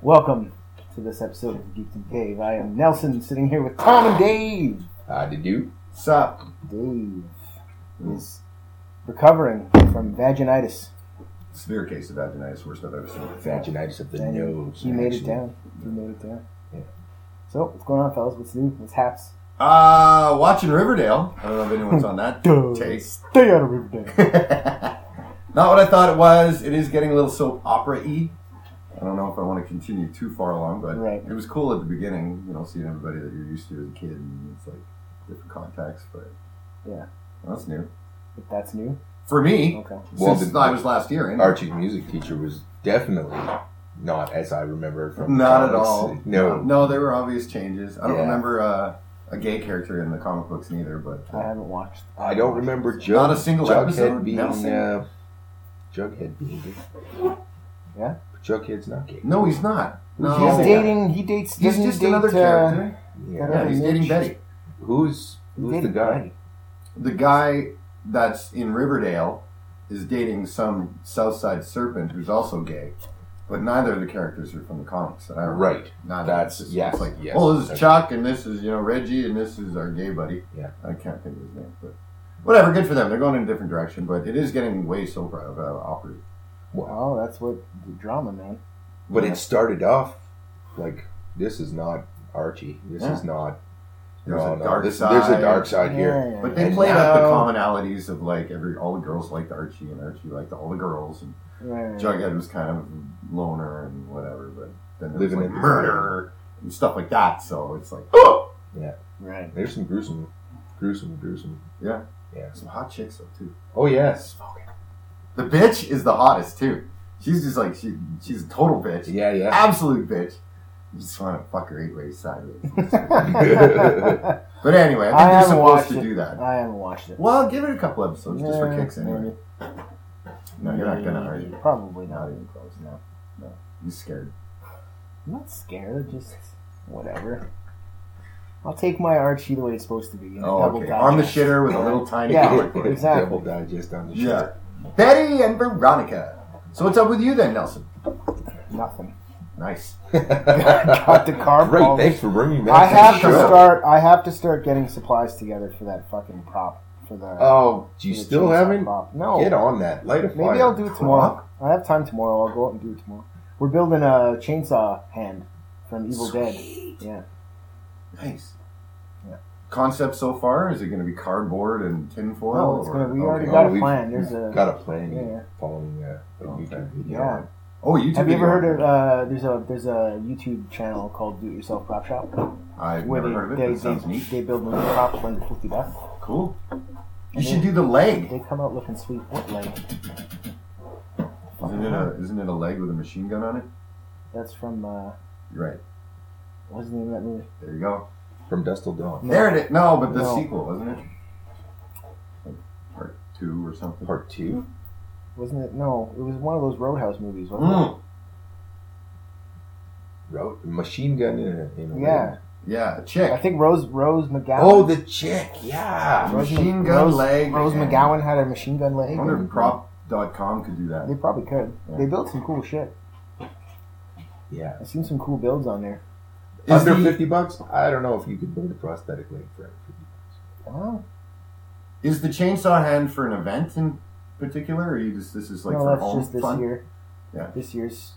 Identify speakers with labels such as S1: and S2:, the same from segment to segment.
S1: Welcome to this episode of Geeks and Dave. I am Nelson, sitting here with Tom and Dave.
S2: I Uh, did you?
S3: Sup?
S1: Dave is recovering from vaginitis.
S3: Severe case of vaginitis, worst I've ever seen.
S2: Vaginitis of the
S1: And
S2: nose.
S1: He made it
S2: actually.
S1: down. He made it down.
S2: Yeah.
S1: So what's going on, fellas? What's new? What's haps?
S3: Uh, watching Riverdale. I don't know if anyone's on that
S1: Duh.
S3: taste.
S1: Stay out of Riverdale.
S3: Not what I thought it was. It is getting a little soap opera y. I don't know if I want to continue too far along, but
S1: Right.
S3: it was cool at the beginning, you know, seeing everybody that you're used to as a kid and it's like different contexts, but
S1: Yeah. Oh.
S3: that's new.
S1: If that's new,
S3: For me,
S1: okay.
S2: Well,
S3: since
S2: the-
S3: I was last year in.
S2: Archie's music teacher was definitely not as I remember it from. the
S3: Not at
S2: comics.
S3: all.
S2: No.
S3: No, there were obvious changes. I don't
S2: Yeah.
S3: remember uh, a gay character in the comic books neither, but uh,
S1: I haven't watched.
S2: I don't remember Jug,
S3: Not a single
S2: Jughead
S3: episode,
S2: being.
S3: Nelson.
S2: Uh, Jughead being gay.
S1: Yeah?
S2: Jughead's not gay.
S3: no, he's not. No,
S1: He's dating. He dates.
S3: He's
S1: doesn't he
S3: just
S1: date,
S3: another
S1: uh,
S3: character.
S2: Yeah.
S1: Yeah.
S3: Yeah, he's dating Betty.
S2: Who's who's the
S1: dating
S2: guy?
S1: Betty.
S3: The guy that's in Riverdale is dating some Southside Serpent who's also gay, but neither of the characters are from the comics that I remember.
S2: Uh, Right.
S3: Neither.
S2: That's-
S3: It's
S2: yes,
S3: like,
S2: yes.
S3: oh, this is
S2: Okay.
S3: Chuck, and this is you know Reggie, and this is our gay buddy.
S2: Yeah.
S3: I can't think of his name, but whatever. Good for them. They're going in a different direction, but it is getting way so uh, awkward.
S1: Oh, that's what the drama, man.
S2: But it started off like this is not Archie. This
S3: Yeah.
S2: is not.
S3: There's
S2: Oh, no,
S3: a
S2: no,
S3: dark
S2: this-
S3: side.
S2: There's a dark side here.
S1: Yeah, yeah,
S3: But they
S2: And
S3: played out the
S2: now-
S3: commonalities of like every all the girls liked Archie and Archie liked all the girls and
S1: yeah. Right, right, right.
S3: Jughead was kind of loner and whatever, but then there was
S2: Living
S3: like
S2: in the
S3: murder and stuff like that. So it's like oh,
S1: Right.
S2: There's some gruesome, gruesome, gruesome.
S3: Yeah.
S2: Yeah.
S3: some hot chicks though too.
S2: Oh yes.
S3: The bitch is the hottest too. She's just like she she's a total bitch,
S2: Yeah, yeah.
S3: absolute bitch. You just want to fuck her eight ways sideways.
S1: I
S3: but anyway,
S1: I
S3: I think
S1: haven't
S3: you're supposed
S1: watched
S3: to
S1: it.
S3: do that.
S1: haven't watched it.
S3: Well, give it a couple episodes just for
S1: Yeah,
S3: kicks anyway. No, you're not gonna, are you?
S1: Probably
S3: Not
S1: not.
S3: even close. No, no, you scared.
S1: I'm not scared. Just whatever. I'll take my Archie the way it's supposed to be. in a
S3: Oh,
S1: double
S3: okay.
S1: digest.
S3: On the shitter with a little tiny
S1: Yeah.
S3: comic book.
S1: Exactly.
S2: Double digest on the
S3: Yeah.
S2: shirt.
S3: Betty and Veronica. So what's up with you then, Nelson?
S1: Nothing.
S3: Nice.
S1: Got the car.
S2: Great,
S1: balls.
S2: thanks for bringing me back.
S1: I have
S2: the
S1: to
S2: show.
S1: start. I have to start getting supplies together for that fucking prop for the.
S2: Oh, do you
S1: for the
S2: still
S1: chainsaw
S2: haven't?
S1: Prop. No.
S2: Get on that. Light a fire.
S1: Oh. Maybe I'll do it tomorrow. I have time tomorrow. I'll go out and do it tomorrow. We're building a chainsaw hand from Evil Dead. Yeah.
S3: Nice.
S1: Yeah.
S3: Concept so far? Is it going to be cardboard and tinfoil?
S1: No, it's gonna.
S3: or-
S1: We already
S3: okay.
S1: got a
S2: we've
S1: plan. There's a.
S2: Got a plan.
S1: Yeah, yeah.
S2: Following uh, a
S3: Okay.
S2: YouTube video.
S1: Yeah.
S3: Oh, YouTube.
S1: Have you ever
S3: video.
S1: heard of? Uh, there's a there's a YouTube channel called Do It Yourself Prop Shop
S3: I've
S1: where
S3: never
S1: they
S3: heard of it.
S1: they,
S3: that sounds
S1: they,
S3: neat.
S1: they build movie props for under fifty bucks.
S3: Cool. You
S1: And
S3: should
S1: they-
S3: do the leg.
S1: They come out looking sweet. What leg?
S3: Isn't it, a, isn't it a leg with a machine gun on it?
S1: That's from uh,
S3: You're right.
S1: what's the name of that movie?
S3: There you go.
S2: From Dust Till Dawn.
S1: No.
S3: There it is. No, but the
S1: No.
S3: sequel, wasn't it? Like part two or something.
S2: Part two.
S1: Wasn't it? No, it was one of those Roadhouse movies, wasn't
S3: Mm.
S2: Ro- machine gun in a, in a
S1: Yeah.
S2: ring.
S3: Yeah, a
S1: it?
S3: chick.
S1: I think Rose Rose McGowan.
S2: Oh, the chick. Yeah.
S1: Rose
S3: machine
S1: Mc-
S3: gun
S1: Rose,
S3: leg
S1: Rose
S3: and-
S1: McGowan had a machine gun
S3: I
S1: leg.
S3: wonder if prop.com could do
S1: They
S3: that.
S1: probably could. They built some cool shit.
S2: Yeah.
S1: I've seen some cool builds on there.
S3: Is
S2: Under
S3: the-
S2: fifty bucks. I don't know if you could build a prosthetic leg for it.
S1: Oh,
S3: Is the chainsaw hand for an event in particular, or you just this is like
S1: no,
S3: for
S1: that's
S3: home
S1: just this
S3: fun
S1: year.
S3: Yeah.
S1: This year's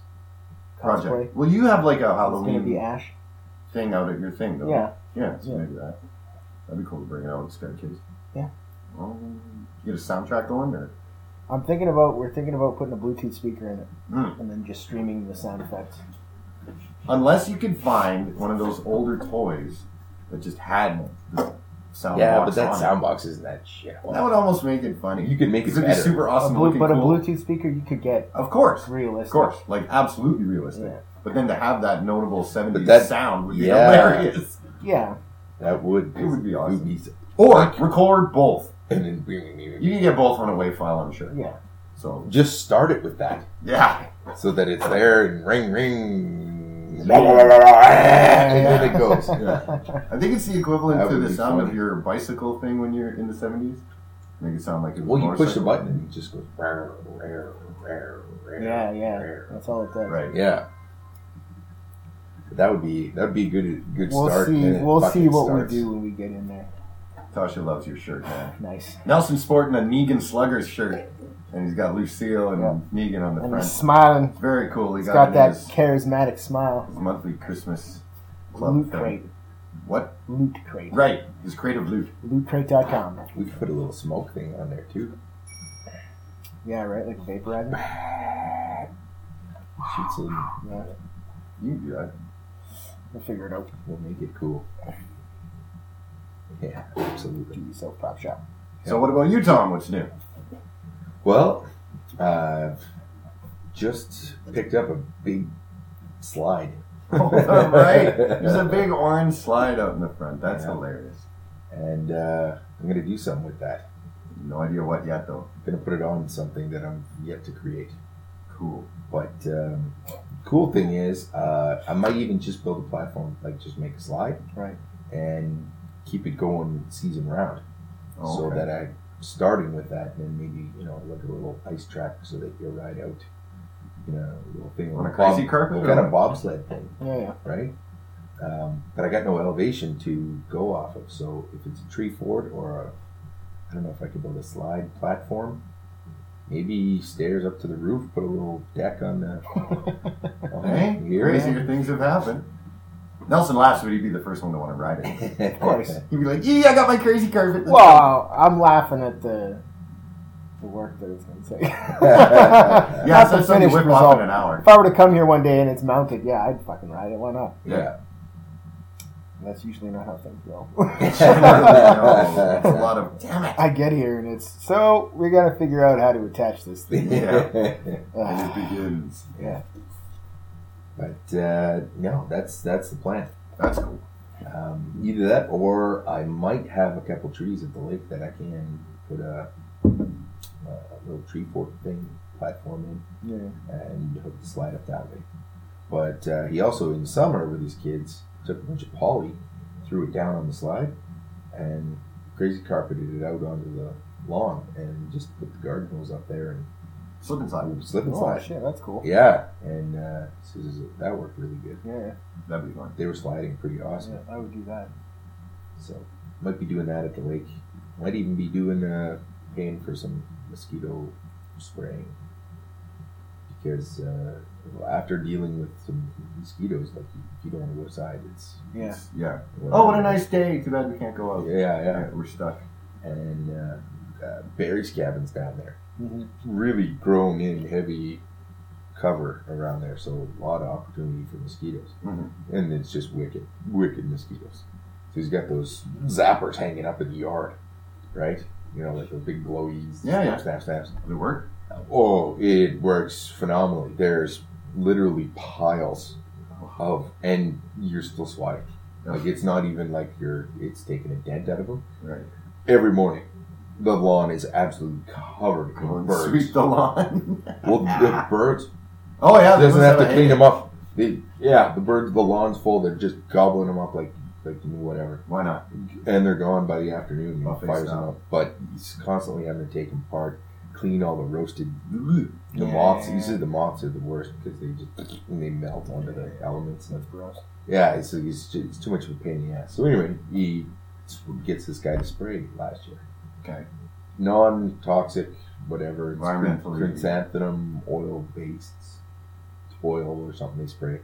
S3: project?
S1: cosplay.
S3: Well, you have like a
S1: It's gonna
S3: Halloween
S1: be Ash.
S3: thing out at your thing, though.
S1: Yeah.
S3: yeah, so
S1: Yeah.
S3: maybe that. That'd be cool to bring it out. It's got kids.
S1: Yeah.
S3: Well, you get a soundtrack going, or
S1: I'm thinking about we're thinking about putting a Bluetooth speaker in it
S3: Hmm.
S1: and then just streaming the sound effects.
S3: unless you could find one of those older toys that just had the sound.
S2: Yeah,
S3: box
S2: but Oh, that
S3: on it.
S2: sound box isn't that shit.
S3: that would almost make it funny.
S2: You could make it
S3: 'Cause it'd be
S2: better.
S3: super
S1: A
S3: awesome.
S1: Blu-
S3: looking
S1: but a
S3: cool.
S1: Bluetooth speaker you could get
S3: Of course.
S1: realistic.
S3: Of course, like absolutely realistic.
S1: Yeah.
S3: But then to have that notable 70s
S2: that-
S3: sound would be
S2: yeah.
S3: hilarious.
S1: Yeah.
S2: That would.
S3: It would be awesome.
S2: Would be s-
S3: Or record both.
S2: and then we- we- we-
S3: You can get both on a WAV file, I'm sure.
S1: Yeah.
S3: So,
S2: just start it with that,
S3: yeah.
S2: so that it's there and ring ring. Blah, blah, blah, blah, blah, and then it goes.
S3: yeah. I think it's the equivalent
S2: That
S3: to
S2: would
S3: the
S2: be
S3: sound of
S2: funny.
S3: your bicycle thing when you're in the 70s. Make it sound like it was
S2: Well, you
S3: a
S2: push the
S3: motorcycle.
S2: button and it just goes. Rar, rar, rar, rar,
S1: Yeah, yeah.
S2: rar.
S1: That's all it does.
S3: Right.
S2: Yeah. that would be that would be a good good
S1: We'll
S2: start.
S1: see.
S2: and it
S1: We'll
S2: fucking
S1: see what
S2: starts.
S1: we do when we get in there.
S3: Tasha loves your shirt, man.
S1: Nice.
S3: Nelson's sporting a Negan Sluggers shirt, and he's got Lucille and Negan on the
S1: And
S3: front.
S1: he's smiling.
S3: It's very cool. He
S1: He's
S3: got,
S1: got
S3: it in
S1: that
S3: his,
S1: charismatic smile.
S3: his monthly Christmas club
S1: Loot
S3: thing.
S1: crate.
S3: What?
S1: Loot crate.
S3: Right, his creative loot.
S1: Lootcrate.com.
S2: We could put a little smoke thing on there too.
S1: Yeah, right. Like vaporizer.
S2: Shoot some.
S1: Yeah,
S3: You can do that.
S1: we'll figure it out.
S2: We'll make it cool. Yeah, absolutely.
S1: Do yourself pop shop.
S3: So what about you, Tom? What's new?
S2: Well, uh, just picked up a big slide.
S3: All right, there's a big orange slide out in the front. That's
S2: Yeah.
S3: hilarious.
S2: and uh, I'm gonna do something with that.
S3: No idea what yet, though.
S2: I'm gonna put it on something that I'm yet to create.
S3: Cool.
S2: But um, cool thing is, uh, I might even just build a platform, like just make a slide,
S1: Right.
S2: and keep it going season round,
S3: Oh,
S2: so
S3: okay.
S2: that I starting with that, and then maybe you know like a little ice track, so that you ride out, you know, a little thing
S3: On a
S2: bob-
S3: crazy carpet or
S2: kind
S3: what?
S2: of bobsled thing,
S1: Yeah, yeah.
S2: right? Um, but I got no elevation to go off of, so if it's a tree fort or a, I don't know if I could build a slide platform, maybe stairs up to the roof, put a little deck on the. on the
S3: Hey,
S2: rear
S3: crazier things have happened. Nelson laughs, but he'd be the first one to want to ride it.
S2: end.
S1: Of course.
S3: He'd be like, "Yeah, I got my crazy carpet."
S1: Wow, I'm laughing at the the work that it's going to take.
S2: Yeah,
S3: Yeah,
S1: Not
S3: so
S1: the
S3: something
S1: finished
S3: whip off
S1: result.
S3: in an hour.
S1: If I were to come here one day and it's mounted, yeah, I'd fucking ride it. Why not?
S2: Yeah.
S1: That's usually not how things go.
S3: No, it's a lot of damn it.
S1: I get here and it's so we got to figure out how to attach this thing.
S3: And it
S1: Ugh.
S3: begins.
S2: but uh, no, that's that's the plan.
S3: That's cool.
S2: Um, either that, or I might have a couple trees at the lake that I can put a, a little tree fort thing platform in.
S1: yeah.
S2: and hooked the slide up that way. But uh, he also, in summer with his kids, took a bunch of poly, threw it down on the slide, and crazy carpeted it out onto the lawn and just put the garden hose up there
S3: Slip and slide.
S2: and slip and
S1: Oh
S2: slide.
S1: shit, that's cool.
S2: Yeah, and uh, so this is- that worked really good.
S1: Yeah,
S3: That'd be fun.
S2: They were sliding pretty awesome,
S1: yeah, I would do that.
S2: so might be doing that at the lake. Might even be doing uh, paying for some mosquito spraying because uh, well, after dealing with some mosquitoes, like you, you don't want to go outside. It's
S1: Yeah,
S3: Yeah. Oh, what a nice day. Too bad we can't go out.
S2: yeah, yeah.
S3: Yeah, we're stuck.
S2: And uh, uh, berry scavens down there,
S1: hmm
S2: really grown in heavy cover around there, so a lot of opportunity for mosquitoes.
S3: Mhm.
S2: And it's just wicked, wicked mosquitoes. So he's got those zappers hanging up in the yard, right? You know, like those big glowies,
S3: Yeah, yeah.
S2: snap, snaps.
S3: Does it work?
S2: Oh, it works phenomenally. There's literally piles of, and you're still swatting. Like it's not even like you're, it's taking a dent out of them.
S3: Right.
S2: Every morning, the lawn is absolutely covered
S3: Go
S2: in
S3: and
S2: birds.
S3: sweep the lawn.
S2: Well, the birds
S3: oh yeah. they
S2: doesn't have
S3: must
S2: to
S3: a
S2: clean
S3: hay.
S2: them up. They, yeah, the birds, the lawn's full. They're just gobbling them up like, like whatever,
S3: Why not?
S2: and they're gone by the afternoon.
S3: I'll
S2: He
S3: fix
S2: fires
S3: that.
S2: them up, but he's constantly having to take them apart, clean all the roasted The
S1: Yeah.
S2: moths, you said the moths are the worst because they just and they melt under the elements.
S1: that's gross.
S2: Yeah, it's, it's, ju- it's too much of a pain in the ass. So anyway, he s- gets this guy to spray last year.
S3: Okay.
S2: Non-toxic, whatever. It's chrys-
S3: Environmentally-
S2: Chrysanthemum oil-based oil or something they spray.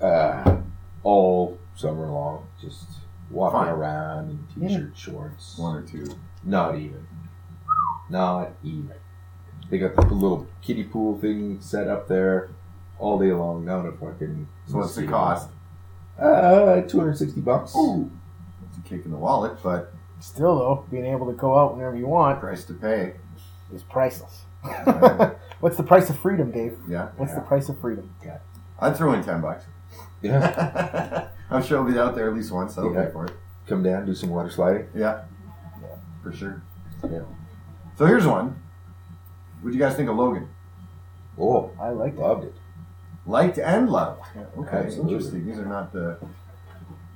S2: Uh, all summer long, just walking
S3: Fine.
S2: around in
S1: Yeah.
S2: t-shirt, shorts.
S3: One or two.
S2: Not even. Not even. They got the little kiddie pool thing set up there all day long. Not a fucking.
S3: So what's the cost?
S2: Uh, two hundred sixty bucks.
S3: Ooh. It's a kick in the wallet, but
S1: Still though, being able to go out whenever you want
S3: price to pay.
S1: is priceless.
S3: Right.
S1: What's the price of freedom, Dave?
S3: Yeah.
S1: What's the price of freedom?
S3: I'd throw in ten bucks.
S2: Yeah.
S3: I'm sure I'll be out there at least once. I'll
S2: Yeah.
S3: pay for it.
S2: Come down, do some water sliding.
S3: Yeah. Yeah, for sure.
S2: Yeah.
S3: So here's one. What do you guys think of Logan?
S2: Oh,
S1: I like that.
S2: loved it.
S3: Liked and loved.
S1: Yeah.
S3: Okay,
S2: Absolutely.
S3: interesting. These are not the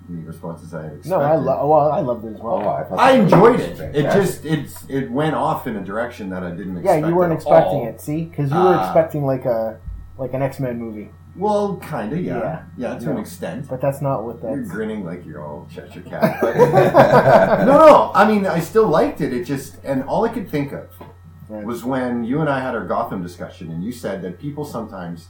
S3: the responses I had expected.
S1: No, I love. Well, I loved it as well.
S2: Oh, I, thought
S3: I
S2: that was
S3: enjoyed it. It
S2: fantastic.
S3: just it's it went off in a direction that I didn't expect.
S1: yeah, you weren't
S3: at
S1: expecting
S3: all.
S1: it, see? Because you were
S3: Ah.
S1: expecting like a like an X Men movie.
S3: Well, kind of, yeah. yeah. to an
S1: Yeah.
S3: extent.
S1: But that's not what
S3: You're
S1: that's.
S3: grinning like you're all Cheshire Cat. But no,
S2: no,
S3: no. I mean, I still liked it. It just, and all I could think of
S1: Right.
S3: was when you and I had our Gotham discussion, and you said that people sometimes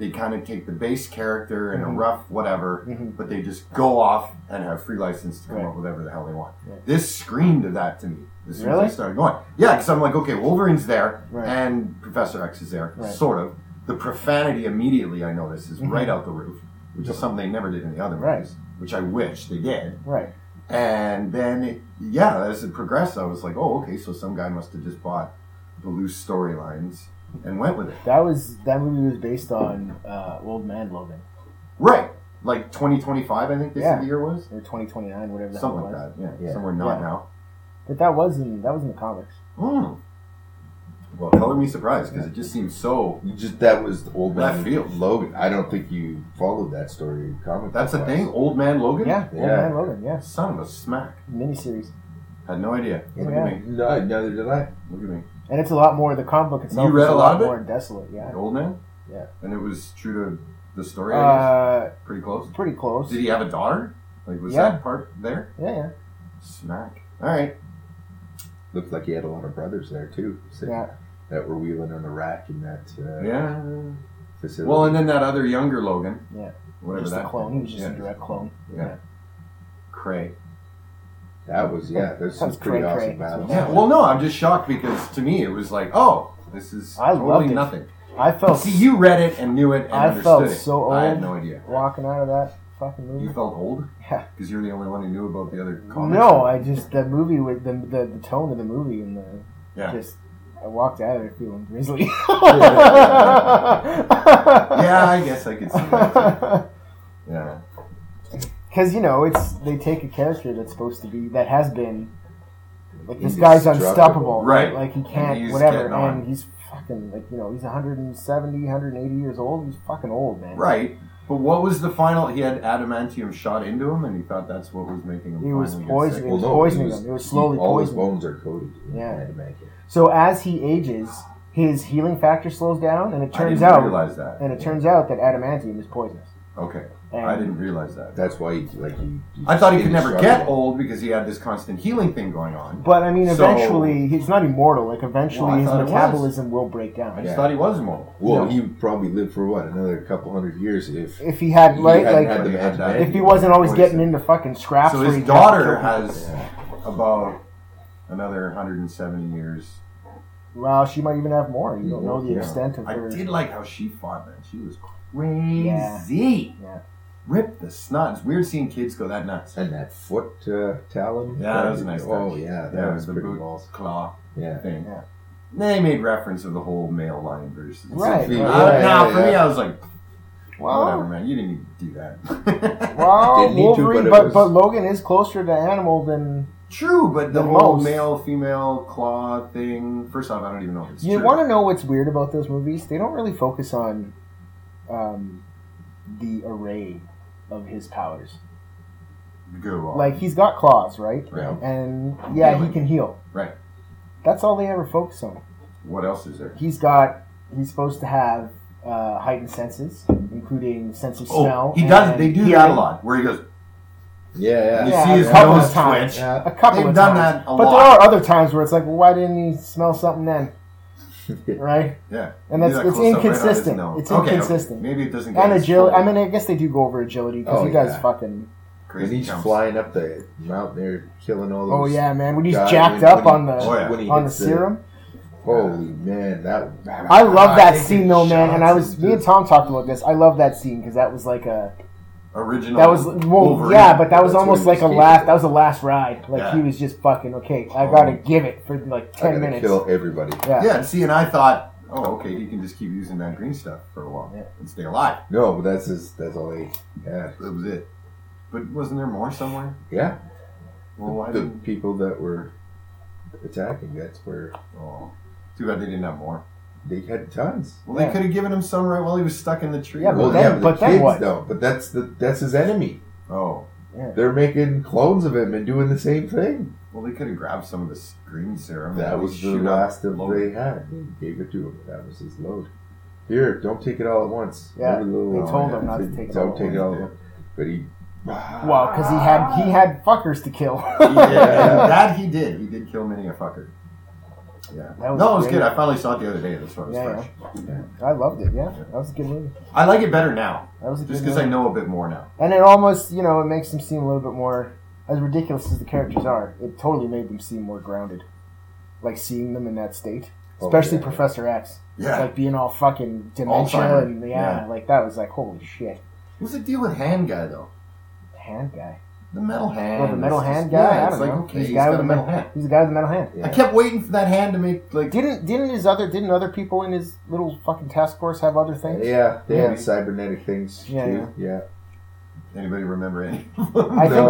S3: they kind of take the base character and a
S1: Mhm.
S3: rough whatever,
S1: Mhm.
S3: but they just go off and have free license to come
S1: Right.
S3: up with whatever the hell they want.
S1: Right.
S3: This screamed of that to me as soon
S1: Really?
S3: as I started going. Yeah, because I'm like, okay, Wolverine's there,
S1: Right.
S3: and Professor X is there,
S1: Right.
S3: sort of. The profanity immediately I noticed is
S1: Mhm.
S3: right out the roof, which is something they never did in the other
S1: Right.
S3: movies, which I wish they did.
S1: Right.
S3: And then, it, yeah, as it progressed, I was like, oh, okay, so some guy must have just bought the loose storylines and went with it.
S1: That was that movie was based on uh, Old Man Logan
S3: Right. Like 2025, I think this
S1: Yeah.
S3: the year was.
S1: or 2029, whatever that
S3: Something
S1: was.
S3: like that, yeah.
S2: Yeah.
S3: Somewhere
S1: Yeah.
S3: not now.
S1: But that was in that was in the comics.
S3: Hmm. Well, color me surprised because it just seems so.
S2: you just that was the old
S3: Left
S2: man
S3: field.
S2: Logan. I don't think you followed that story. Comic.
S3: That's the
S2: book-wise.
S3: thing, Old Man Logan?
S1: Yeah, Old
S2: Yeah.
S1: Man Logan. Yeah,
S3: Son of a smack.
S1: miniseries,
S3: Had no idea. Look
S1: Yeah.
S3: at me.
S2: No, neither did I.
S3: Look at me.
S1: and it's a lot more. The comic book itself
S3: You read
S1: is
S3: a
S1: a
S3: lot
S1: lot
S3: of it?
S1: more desolate. Yeah,
S3: The Old Man?
S1: Yeah.
S3: And it was true to the story, I
S1: uh,
S3: guess. Pretty close.
S1: pretty close.
S3: Did he have a daughter? Like, was
S1: Yeah.
S3: that part there?
S1: Yeah, yeah,
S3: Smack. All right.
S2: Looked like he had a lot of brothers there too. so-
S1: yeah.
S2: That were wheeling on a rack in that uh,
S3: Yeah.
S2: facility.
S3: Well, and then that other younger Logan.
S1: Yeah.
S3: Whatever
S1: just
S3: that.
S1: a clone. He was just
S3: yeah.
S1: a direct clone.
S3: Yeah. Cray.
S2: that was yeah. There's some
S1: That's
S2: pretty
S1: cray-cray.
S2: awesome battles.
S3: Yeah. Well, no, I'm just shocked because to me it was like, oh, this is
S1: I
S3: totally
S1: loved it.
S3: nothing.
S1: I felt
S3: See, you read it and knew it and
S1: I
S3: understood
S1: felt
S3: it.
S1: so
S3: I had
S1: old.
S3: no idea.
S1: walking out of that fucking
S3: You
S1: movie.
S3: felt old
S1: Yeah.
S3: because you're the only one who knew about the other comics.
S1: No, I just the movie with the the, the tone of the movie and the
S3: Yeah.
S1: just I walked out of there feeling grizzly.
S3: yeah,
S1: yeah.
S3: I guess I could see that. too. Yeah.
S1: Because you know, it's they take a character that's supposed to be that has been like this guy's unstoppable,
S2: Indestructible.
S3: Right.
S1: Like he
S3: And
S1: can't
S3: he's
S1: whatever,
S3: getting on.
S1: and he's fucking like you know he's 170, 180 years old. He's fucking old, man.
S3: Right. But what was the final? He had adamantium shot into him, and he thought that's what was making him.
S1: He was
S3: finally get
S1: poison-
S3: sick.
S1: It was poisoning him. It was slowly
S2: all
S1: poisoning
S2: his bones are coated. in
S1: Yeah.
S2: adamantium.
S1: So as he ages, his healing factor slows down, and it
S3: I
S1: turns
S3: didn't
S1: out
S3: realize that.
S1: and it turns out that adamantium is poisonous.
S3: Okay,
S1: And
S3: I didn't realize that.
S2: That's why, he, like, he, he-
S3: I thought he
S2: he's
S3: could never get
S2: indestructible.
S3: old because he had this constant healing thing going on.
S1: But I mean,
S3: So-
S1: eventually he's not immortal. Like eventually,
S3: Well, I
S1: his
S3: thought it was.
S1: metabolism will break
S3: I
S1: down
S3: just
S2: Yeah.
S3: thought he was immortal.
S2: Well,
S1: No.
S2: he would probably live for what another couple hundred years if
S1: if he had
S2: he
S1: right
S2: hadn't
S1: like
S2: had the
S3: if
S2: adamantium.
S1: if he wasn't always
S3: What is
S1: getting
S3: it?
S1: into fucking scraps.
S3: So
S1: where
S3: his
S1: he'd have to
S3: daughter
S1: kill people.
S3: has about another 170 years.
S1: Well, she might even have more. You don't know the
S2: Yeah.
S1: extent of
S3: I
S1: her.
S3: did like how she fought, man. She was crazy.
S1: Yeah.
S3: Rip the snot. It's weird seeing kids go that nuts.
S2: and that foot uh, talon.
S3: Yeah, that was a nice
S2: Oh
S3: touch.
S2: yeah, that
S3: Yeah,
S2: was
S3: the
S2: pretty
S3: boot.
S2: balls.
S3: Claw
S2: Yeah,
S3: thing.
S1: Yeah.
S3: They made reference of the whole male lion versus.
S1: Right.
S3: Uh,
S1: Yeah,
S3: now,
S2: yeah,
S3: for me,
S2: yeah.
S3: I was like, whatever,
S1: Well,
S3: man. You didn't need to do that.
S1: well,
S2: Didn't need to,
S1: Wolverine,
S2: but it
S1: but,
S2: was-
S1: but Logan is closer to animal than
S3: True, but the
S1: The
S3: whole
S1: most.
S3: male female claw thing. First off, I don't even know if it's
S1: you
S3: true.
S1: want to know what's weird about those movies? They don't really focus on um, the array of his powers.
S3: go on.
S1: Like he's got claws, right?
S3: Yeah.
S1: And yeah, he can heal.
S3: Right.
S1: That's all they ever focus on.
S3: What else is there?
S1: He's got. He's supposed to have uh, heightened senses, including sense of smell.
S3: Oh, he does.
S1: and
S3: They do
S1: hearing.
S3: that a lot. Where he goes,
S2: yeah,
S3: you
S2: yeah.
S1: Yeah,
S3: see his
S1: a couple
S3: nose
S1: of times.
S3: twitch.
S2: yeah.
S1: A couple
S3: They've
S1: of
S3: done
S1: times.
S3: that a
S1: but there
S3: lot.
S1: are other times where it's like, well, why didn't he smell something then? right?
S3: yeah,
S1: And that's
S3: Do that
S1: it's
S3: close up right on his
S1: inconsistent.
S3: nose.
S1: it's
S3: Okay, okay.
S1: inconsistent.
S3: Maybe it doesn't.
S1: And
S3: as
S1: agility.
S3: full
S1: I mean, I guess they do go over agility because
S2: Oh,
S1: you guys
S2: yeah.
S1: fucking.
S2: And
S3: crazy
S2: he's
S3: jumps.
S2: flying up the mountain there, killing all
S1: Oh
S2: those.
S1: yeah, man! When he's
S2: guys.
S1: jacked
S2: When-
S1: up
S2: when
S1: on
S2: he-
S1: the
S3: Oh, yeah.
S2: when he
S1: on the
S2: hits
S1: serum,
S2: Holy man, that.
S1: I love that
S2: taking
S1: scene though, man. And I
S2: shots
S1: was me and Tom talked about this. I love that scene because that was like a
S3: Original.
S1: that was well,
S3: Wolverine.
S1: yeah, but that was
S2: That's
S1: almost
S2: what
S1: like
S2: he
S1: a
S2: was
S1: last.
S2: capable Oh.
S1: That was a last ride. Like
S3: Yeah.
S1: he was just fucking okay. I gotta give it for like
S2: I gotta
S1: ten minutes.
S2: kill everybody.
S1: Yeah.
S3: yeah. and See, and I thought, oh, okay, he can just keep using that green stuff for a while
S1: Yeah.
S3: and stay alive.
S2: No, but that's his. That's all he. Yeah,
S3: That was it. But wasn't there more somewhere?
S2: yeah.
S3: Well, why
S2: the
S3: didn't?
S2: people that were attacking. That's where
S3: Oh, too bad they didn't have more.
S2: they had tons.
S3: Well, they
S1: Yeah.
S3: could have given him some right while he was stuck in the tree.
S1: Yeah, but
S2: well,
S1: then-
S2: yeah, but,
S1: but
S2: the
S1: then
S2: kids,
S1: what?
S2: though. But that's the that's his enemy.
S3: oh,
S2: They're making clones of him and doing the same thing.
S3: well, they could have grabbed some of the green serum.
S2: That
S3: and
S2: was the
S3: shoot up
S2: last of
S3: Logan.
S2: they had. They gave it to him. That was his load. Here, don't take it all at once.
S1: Yeah,
S2: Leave it a little
S1: they
S2: while.
S1: told him not to take it all
S2: Don't
S1: at
S2: take it all.
S3: once.
S2: at once. But he.
S1: Well, because he had he had fuckers to kill.
S3: yeah, that he did. He did kill many a fucker. Yeah.
S1: That was
S3: no, it was
S1: great.
S3: good. I finally saw it the other day. That's why it was
S1: Yeah,
S3: fresh.
S1: I loved it. Yeah, that was a good movie.
S3: I like it better now,
S1: That was a
S3: just
S1: good
S3: because
S1: movie.
S3: I know a bit more now.
S1: And it almost, you know, it makes them seem a little bit more, as ridiculous as the characters are, it totally made them seem more grounded. Like seeing them in that state.
S2: Oh,
S1: Especially
S2: yeah.
S1: Professor X.
S3: Yeah.
S1: Like being all fucking dementia
S3: Alzheimer.
S1: and, yeah,
S3: Yeah.
S1: like that was like, holy shit.
S3: What's the deal with hand guy though?
S1: Hand guy.
S3: The metal hand.
S1: Well, the metal
S3: it's just-
S1: hand guy?
S3: Yeah,
S1: I
S3: it's
S1: don't
S3: like,
S1: know.
S3: okay,
S1: He's
S3: he's
S1: a guy
S3: got
S1: with
S3: a
S1: a
S3: metal
S1: me-
S3: hand.
S1: He's the guy with the metal hand.
S2: Yeah.
S3: I kept waiting for that hand to make like.
S1: Didn't didn't his other didn't other people in his little fucking task force have other things?
S2: Yeah, they
S1: Yeah.
S2: had cybernetic things.
S1: Yeah,
S2: too. yeah.
S3: Anybody remember any?
S1: I think
S2: No,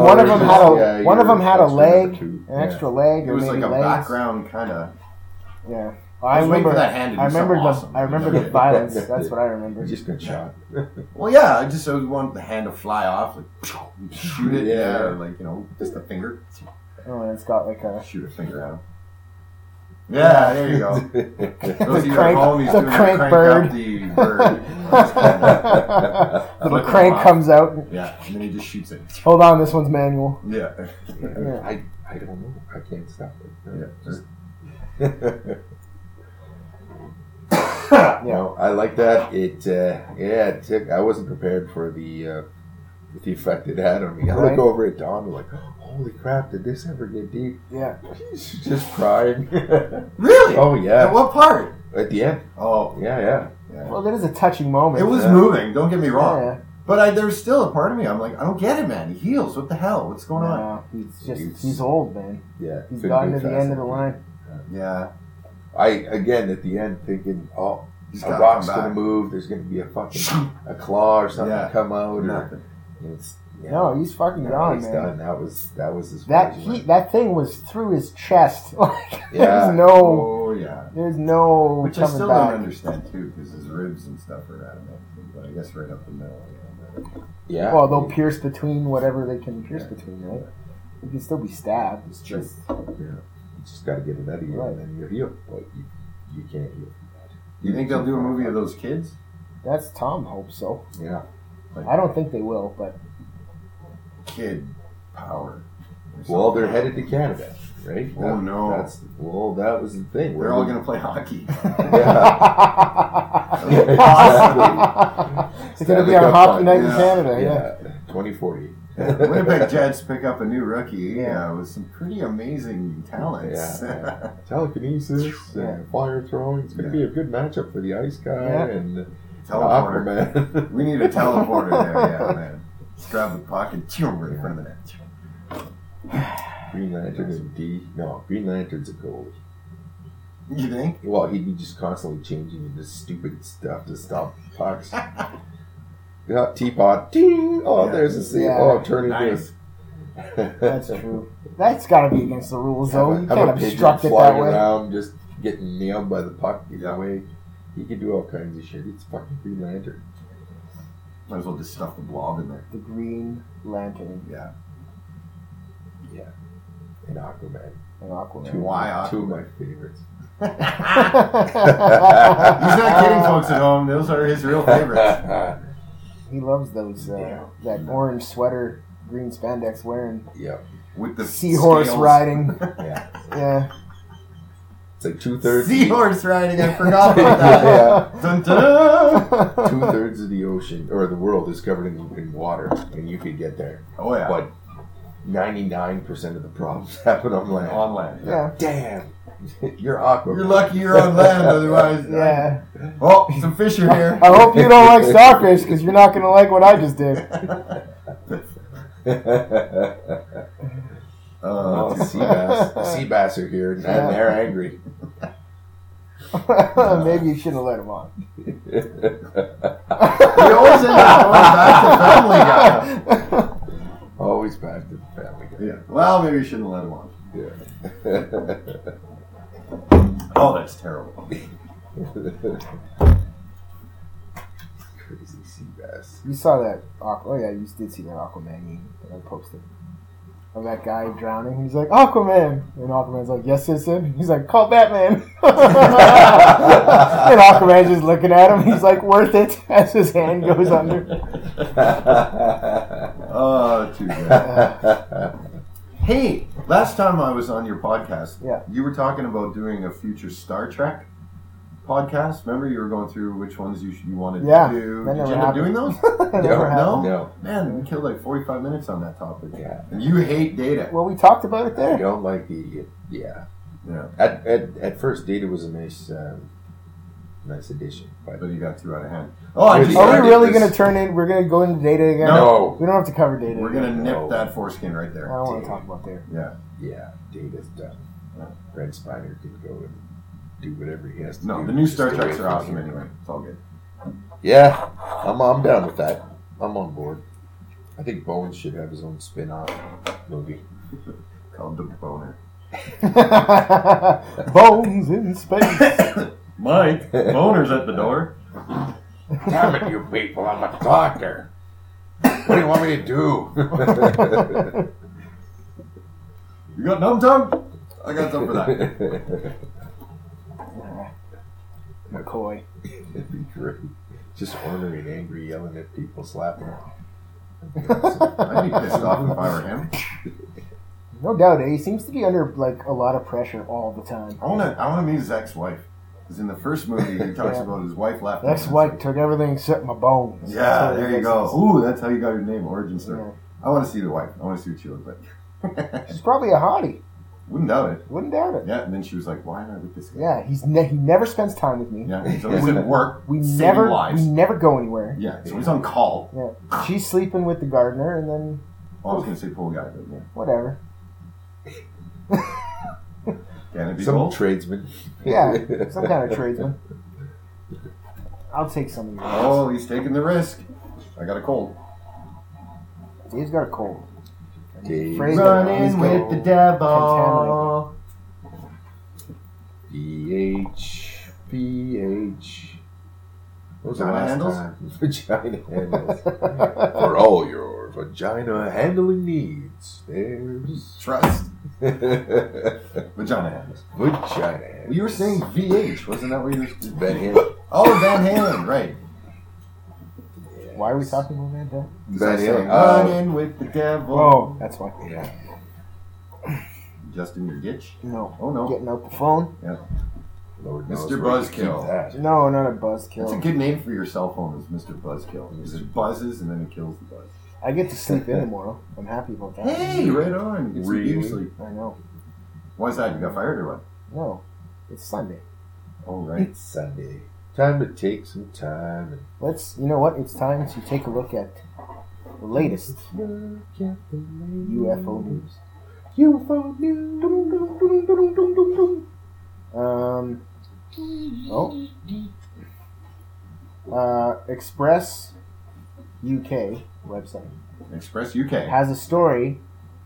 S1: one of
S2: it
S1: them
S2: was
S1: had a
S2: just- yeah,
S1: one of
S2: you're
S1: them had a
S2: extra number
S1: leg,
S2: two.
S1: an
S2: Yeah.
S1: extra leg,
S3: It
S1: or
S3: was
S1: maybe
S3: like a
S1: legs.
S3: background kind of.
S1: Yeah,
S3: I
S1: I,
S3: was waiting
S1: remember.
S3: for that hand to do
S1: I remember the
S3: something awesome.
S1: I remember the violence. That's what I remember.
S2: He just got shot.
S3: Well, yeah, I just always want the hand to fly off, like shoot it,
S2: Yeah.
S3: yeah, like you know, just a finger,
S1: Oh, and it's got like a
S3: shoot a finger at him. Yeah, there you go. Those of you at
S1: crank-
S3: home, he's
S1: the
S3: doing
S1: crank
S3: crank
S1: bird.
S3: out the bird.
S1: little crank comes out. and-
S3: yeah, and then he just shoots it.
S1: Hold on, this one's manual.
S3: Yeah,
S1: Yeah.
S2: I, I don't know. I can't stop it. No,
S3: Yeah.
S2: just-
S1: Yeah.
S2: No, I like that. It uh, yeah, it took, I wasn't prepared for the uh, the effect it had on me. I
S1: Right.
S2: look over at Don like, holy crap, did this ever get deep?
S1: Yeah,
S2: She's just crying.
S3: really?
S2: oh
S3: At
S2: yeah,
S3: what part?
S2: at the end.
S3: Oh,
S2: Yeah, yeah.
S1: well, that is a touching moment.
S3: it was
S2: Yeah.
S3: moving. Don't get me wrong,
S1: Yeah.
S3: but I, there's still a part of me. I'm like, I don't get it, man. He heals. What the hell? What's going on?
S1: No, he's just
S2: He's-
S1: he's old, man.
S2: Yeah,
S1: He's
S2: couldn't
S1: gotten
S2: do
S1: to
S2: it
S1: the
S2: fast
S1: end of the
S2: enough.
S1: line.
S3: Yeah,
S2: I again at the end thinking, oh,
S3: he's
S2: a
S3: gotta
S2: rock's
S3: come
S2: gonna
S3: back.
S2: move. There's gonna be a fucking a claw or something
S3: Yeah.
S2: come out. Or,
S3: Nothing.
S2: it's, yeah.
S1: No, he's fucking
S2: No,
S1: gone,
S2: he's
S1: man.
S2: done. That was that was his
S1: That
S2: first
S1: he,
S2: one.
S1: that thing was through his chest. Like
S2: Yeah.
S1: there's no,
S3: Oh yeah.
S1: there's no
S3: Which I
S1: coming
S3: still
S1: back.
S3: don't understand too, because his ribs and stuff are out of it. But I guess right up the middle. Yeah, but-
S2: Yeah.
S1: Well, they'll pierce between whatever they can pierce between, right? You can still be stabbed. It's
S3: true.
S1: just
S2: You just got to get it out of you,
S1: Right.
S2: and then you're healed. But you, you can't heal from that.
S3: you think they'll do a movie of those kids?
S1: that's Tom hopes so.
S2: Yeah.
S1: I don't think they will, but
S3: Kid power.
S2: Well, they're headed to Canada, right?
S3: Oh, no.
S2: That's well, that was the thing.
S3: They're all gonna play hockey.
S2: Yeah.
S1: It's gonna be on hockey night in
S3: Yeah.
S1: Canada, yeah.
S2: Twenty forty.
S3: Winnipeg Jets pick up a new rookie yeah. with some pretty amazing talents.
S2: Yeah. Telekinesis and fire throwing. It's going to
S3: Yeah.
S2: be a good matchup for the ice guy
S1: Yeah.
S2: and the
S3: Teleporter.
S2: Aquaman.
S3: We need a teleporter there, yeah, man. Just grab the puck and chew him right in front of the net.
S2: Green Lantern and D. No, Green Lantern's a goalie.
S3: You think?
S2: Well, he'd be just constantly changing into stupid stuff to stop pucks. Yeah, teapot, ding! Oh,
S3: Yeah.
S2: there's a save.
S1: Yeah.
S2: Oh, turn it
S3: Nice.
S2: in.
S1: That's true. That's got to be against the rules,
S2: Have
S1: though.
S2: a-
S1: You
S2: have a
S1: can't
S2: pigeon
S1: obstruct it that
S2: flying
S1: way.
S2: around, just getting nailed by the puck either
S3: Yeah.
S2: way. He could do all kinds of shit. It's fucking Green Lantern.
S3: Might as well just stuff the blob in there.
S1: The Green Lantern
S3: Yeah.
S2: And Aquaman.
S1: and
S2: Two,
S1: Aquaman.
S3: Why
S2: two of my favorites.
S3: He's not kidding, folks at home. Those are his real favorites.
S1: He loves those uh,
S2: Yeah.
S1: that orange sweater, green spandex wearing,
S2: yeah.
S3: With the
S1: seahorse
S3: scales.
S1: riding.
S2: Yeah.
S1: Yeah,
S2: It's like two thirds.
S3: Seahorse riding, I forgot about that.
S2: yeah.
S3: Dun, dun.
S2: Two thirds of the ocean or the world is covered in, in water, and you could get there.
S3: Oh yeah,
S2: But 99% of the problems happen on land.
S3: on land.
S1: yeah,
S2: Damn. You're awkward.
S3: You're lucky you're on land, otherwise.
S1: yeah.
S3: Oh, some fish are here.
S1: I hope you don't like starfish because you're not gonna like what I just did.
S2: oh,
S3: Uh,
S2: sea bass. Sea bass are here, and
S1: Yeah.
S2: they're angry.
S1: Maybe you shouldn't have let him on.
S3: we always end up going back to Family Guy.
S2: Always back to the family. Guy.
S3: Yeah. Well, maybe you shouldn't let him on. Oh, that's terrible.
S2: Crazy sea bass.
S1: You saw that? Aqu- oh yeah, you did see that Aquaman meme that I posted. of that guy drowning. He's like, Aquaman! And Aquaman's like, yes, citizen. He's like, call Batman! and Aquaman's just looking at him. He's like, worth it, as his hand goes under.
S3: Oh, too bad. hey, last time I was on your podcast,
S1: Yeah.
S3: you were talking about doing a future Star Trek podcast. Remember, you were going through which ones you you wanted
S1: Yeah,
S3: to do.
S1: that
S3: Did
S1: never
S3: you end up doing
S1: happened.
S3: those?
S1: That never
S3: no,
S1: happened.
S2: no,
S3: Man, we killed like forty five minutes on that topic.
S2: yeah.
S3: And you hate data.
S1: Well, we talked about it
S2: I
S1: there.
S2: don't like the yeah.
S3: yeah,
S2: At, at, at first, Data was a nice um, nice addition, but
S3: but you got too out of hand. Oh, I
S2: Wait,
S3: just
S1: Are
S2: Yeah,
S1: we
S3: added
S1: really
S3: this.
S1: going to turn in? We're going to go into data again?
S2: no,
S1: We don't have to cover data.
S3: We're gonna nip
S2: No.
S3: that foreskin right
S1: I
S3: there.
S1: don't want to talk about data.
S3: Yeah.
S2: yeah, Data's done. Red Spider can go and do whatever he has to do.
S3: No, the new
S2: just
S3: Star
S2: to
S3: Treks
S2: wait for
S3: are awesome
S2: him.
S3: anyway. It's all good.
S2: Yeah, I'm, I'm down with that. I'm on board. I think Bowen should have his own spin off movie.
S3: Called the boner.
S1: Bones in space.
S3: Mike, boner's at the door.
S2: Damn it, you people, I'm a doctor. What do you want me to do?
S3: You got numb tongue? I got some for that.
S1: McCoy.
S2: It'd be great. Just ornery, angry, yelling at people, slapping them.
S3: I'd be pissed off if I were him.
S1: No doubt, eh? He seems to be under like a lot of pressure all the time.
S3: I want to. I want to meet his ex-wife. Because in the first movie, he talks
S1: Yeah.
S3: about his wife laughing.
S1: That's why I took everything except my bones.
S3: Yeah,
S1: So
S3: there you
S1: that's-
S3: go. Ooh, that's how you got your name, origin story.
S1: Yeah.
S3: I want to see the wife. I want to see what she looked like.
S1: She's probably a hottie.
S3: Wouldn't doubt it.
S1: Wouldn't doubt it.
S3: Yeah, and then she was like, "Why am I with this guy?"
S1: Yeah, he's ne- he never spends time with me.
S3: yeah. He's always at work.
S1: We
S3: saving
S1: never
S3: lives.
S1: we never go anywhere.
S3: yeah, so he's on call.
S1: Yeah, she's sleeping with the gardener, and then
S3: Oh, I was gonna say pool guy, but yeah.
S1: whatever.
S3: Can it be
S2: Some
S3: both?
S2: tradesman.
S1: Yeah, some kind of tradesman. I'll take some of your.
S3: oh, he's taking the risk. I got a cold.
S1: Dave's got a cold.
S2: Dave's
S1: Phrase
S2: got
S1: Running
S2: his goal.
S1: devil.
S2: BH, BH. What was
S3: Vagina
S2: the
S3: handles?
S2: last time? Vagina handles. For all your vagina handling needs, there's
S3: Trust
S2: vagina
S3: vagina hands.
S2: handles.
S3: You were saying VH, wasn't that what you were?
S2: Van Halen.
S3: Oh, Van Halen, right?
S1: Why are we talking about Van Damme?
S2: Van Halen. Uh,
S3: Running with the devil.
S1: Oh, that's why.
S2: yeah.
S3: Justin, your ditch.
S1: No,
S3: Oh no.
S1: getting out the phone.
S2: Lord knows
S3: Mr.
S2: where you keep
S3: Buzzkill.
S2: that.
S1: No, not a
S3: That's a
S1: buzzkill.
S3: good name for your cell phone, is Mr. Buzzkill. Because it buzzes and then it kills the buzz.
S1: I get to sleep in tomorrow. I'm happy about that.
S3: Hey, right on. It's
S2: Really?
S3: usually.
S1: I know.
S3: Why's that? You got fired or what?
S1: No, it's Sunday.
S3: Oh, right.
S2: It's Sunday. Time to take some time
S1: Let's. You know what? It's time to take a look at the latest
S2: and look at the
S1: UFO news.
S2: UFO news.
S1: Um. Oh. Uh, Express UK website
S3: Express UK.
S1: has a story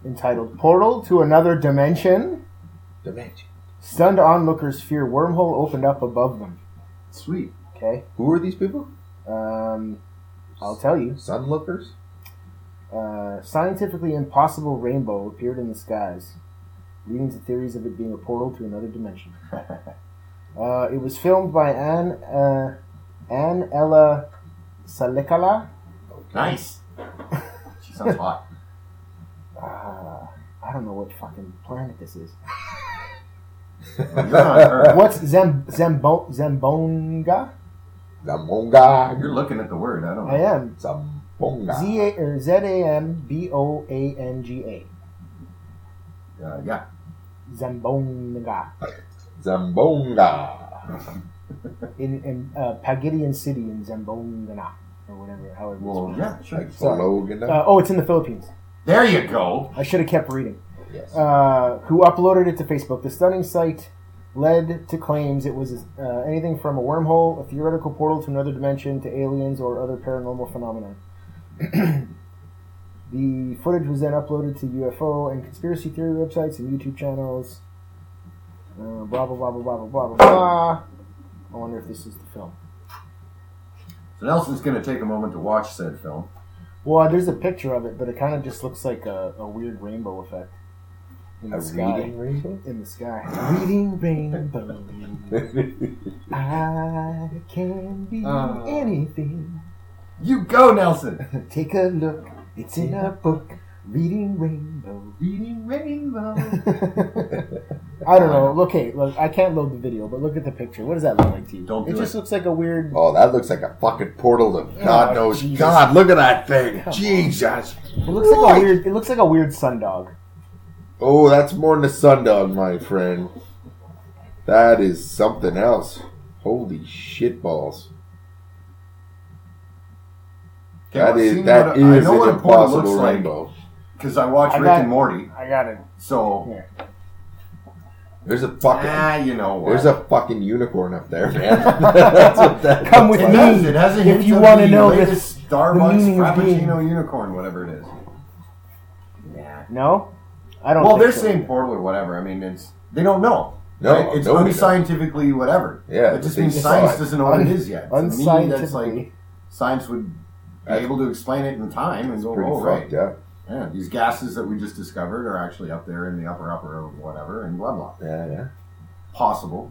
S1: entitled "Portal to Another Dimension."
S2: Dimension.
S1: Stunned onlookers fear wormhole opened up above them.
S3: Sweet.
S1: Okay.
S2: Who are these people?
S1: Um, I'll tell you.
S2: Sunlookers?
S1: Uh, scientifically impossible rainbow appeared in the skies, leading to theories of it being a portal to another dimension. uh, it was filmed by Anne uh, Anne Ella Salikala.
S3: Nice. She sounds hot.
S1: Uh, I don't know what fucking planet this is.
S3: You're on Earth.
S1: What's Zam Zambo- Zambonga?
S2: Zamonga.
S3: You're looking at the word. I don't know.
S1: I am
S2: Zambonga.
S1: Z A or Z A M B O A N G A.
S3: Uh, yeah.
S1: Zambonga
S2: Zambonga.
S1: in, in uh, Pagidian City in Zambonga or whatever. However, it's
S3: Well,
S1: pronounced.
S3: yeah, sure.
S2: Like
S1: Sorry.
S2: Bologna.
S1: Uh, oh, it's in the Philippines.
S3: There you go.
S1: I should have kept reading.
S2: Yes.
S1: Uh, who uploaded it to Facebook? The stunning site led to claims it was uh, anything from a wormhole, a theoretical portal to another dimension, to aliens or other paranormal phenomena. the footage was then uploaded to UFO and conspiracy theory websites and YouTube channels. Uh, blah blah blah blah blah blah blah blah. I wonder if this is the film.
S3: So Nelson's going to take a moment to watch said film.
S1: Well, there's a picture of it, but it kind of just looks like a, a weird rainbow effect in the
S2: A
S1: sky.
S2: reading rainbow?
S1: In the sky, reading rainbow. I can be
S3: Uh.
S1: anything.
S3: You go, Nelson.
S1: Take a look, it's in a book. Reading rainbow.
S3: Reading rainbow.
S1: I don't know. Okay, look, I can't load the video, but look at the picture. What does that look like to you?
S3: Don't
S1: it
S3: do
S1: just
S3: it.
S1: looks like a weird.
S2: oh, that looks like a fucking portal to God
S1: Oh,
S2: knows.
S1: Jesus.
S2: God, look at that thing.
S1: Come on.
S2: Jesus.
S1: It looks like
S2: What?
S1: a weird. It looks like a weird sundog.
S2: Oh, that's more than a sundog, my friend. That is something else. Holy shit balls.
S3: Okay,
S2: That
S3: I've
S2: is
S3: seen
S2: that
S3: what
S2: is
S3: a- I know
S2: an
S3: what a portal
S2: impossible
S3: looks like
S2: rainbow.
S3: because I watch
S1: I
S3: Rick
S1: got-
S3: and Morty.
S1: I got it.
S3: So
S1: Here.
S2: There's a fucking
S3: ah, you know what?
S2: there's a fucking unicorn up there, man. that's what that
S1: Come with
S3: It
S1: me
S3: has, it has a hint
S1: if you
S3: of
S1: want to
S3: the
S1: know
S3: latest
S1: this.
S3: Starbucks
S1: meaning of being.
S3: Frappuccino unicorn, whatever it is. Yeah.
S1: No, I don't.
S3: Well,
S1: think
S3: they're
S1: so.
S3: saying portal or whatever. I mean, it's they don't know.
S2: No,
S3: right? it's
S2: nobody knows.
S3: unscientifically whatever.
S2: Yeah,
S3: it
S2: but
S3: just
S2: they
S3: means
S2: saw
S3: science
S2: it.
S3: doesn't know what it is yet. It's a meaning that's
S1: Unscientifically.
S3: like science would be
S2: That's-
S3: able to explain it in time and go,
S2: pretty
S3: oh
S2: fucked
S3: right,
S2: up.
S3: yeah, these gases that we just discovered are actually up there in the upper upper or whatever, and blah blah.
S2: Yeah, yeah.
S3: Possible.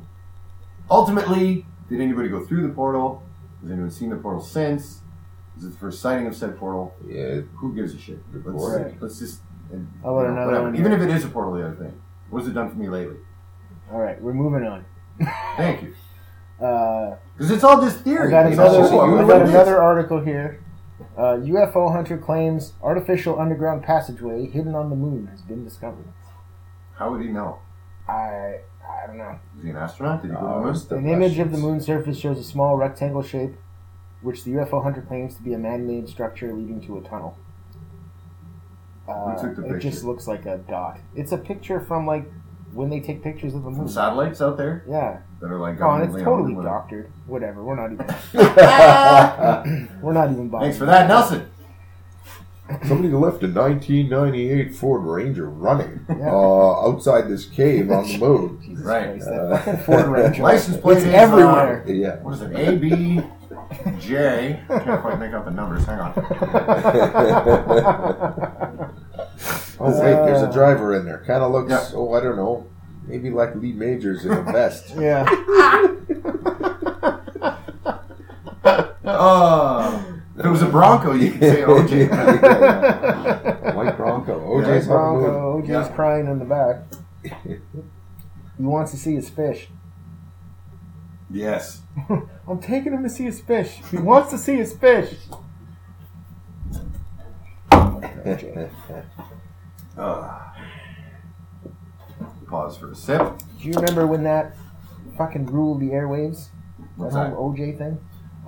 S3: Ultimately, did anybody go through the portal? Has anyone seen the portal since? Is it the first sighting of said portal?
S2: Yeah,
S3: Who gives a shit? Let's,
S2: Right.
S3: let's just. And,
S1: How about
S3: you know,
S1: another
S3: whatever.
S1: one?
S3: Even if it is a portal, the other thing. What has it done for me lately?
S1: All right, we're moving on.
S3: Thank you.
S1: Uh,
S3: Because it's all just
S1: I
S3: theory.
S1: got
S3: It's
S1: another.
S3: all-
S2: so
S3: I mean,
S1: I
S2: you-
S3: what
S1: got
S3: it is.
S1: another article here. Uh, UFO hunter claims artificial underground passageway hidden on the moon has been discovered.
S3: How would he know?
S1: I I don't know.
S3: Is he an astronaut? Did he go to the
S2: Oh,
S3: moon?
S2: it's the
S1: An image of the
S2: Russians.
S1: moon surface shows a small rectangle shape, which the UFO hunter claims to be a man-made structure leading to a tunnel. Uh,
S3: took the
S1: it just
S3: picture?
S1: looks like a dot. It's a picture from like when they take pictures of the
S3: Some
S1: moon.
S3: satellites out there
S1: Yeah,
S3: that are like.
S1: come on, it's
S3: governmentally
S1: totally
S3: owned, whatever.
S1: doctored. Whatever, we're not even. We're not even buying.
S3: Thanks for that, Nelson.
S2: Somebody left a 1998 Ford Ranger running
S1: Yeah.
S2: uh, outside this cave on the moon.
S1: Jesus
S3: Right.
S1: Christ,
S2: Uh,
S1: that fucking Ford Ranger.
S3: License plate
S1: It's
S3: is, uh,
S1: everywhere.
S2: Yeah.
S3: what is it? A B J. Can't quite make out the numbers. Hang on.
S2: Oh wait, there's a driver in there. Kind of looks.
S3: uh, Yeah.
S2: Oh, I don't know. Maybe like Lee Majors in a vest.
S1: yeah. Uh,
S3: Oh, if it was a Bronco, you could say OJ.
S2: Yeah. White Bronco.
S1: Jay's
S2: OJ's on the moon.
S1: Bronco. OJ's
S3: Yeah.
S1: crying in the back. he wants to see his fish.
S3: Yes.
S1: I'm taking him to see his fish. He wants to see his fish. OJ.
S3: Ah. Pause for a sip.
S1: Do you remember when that fucking ruled the airwaves? That
S3: What's that?
S1: whole OJ thing?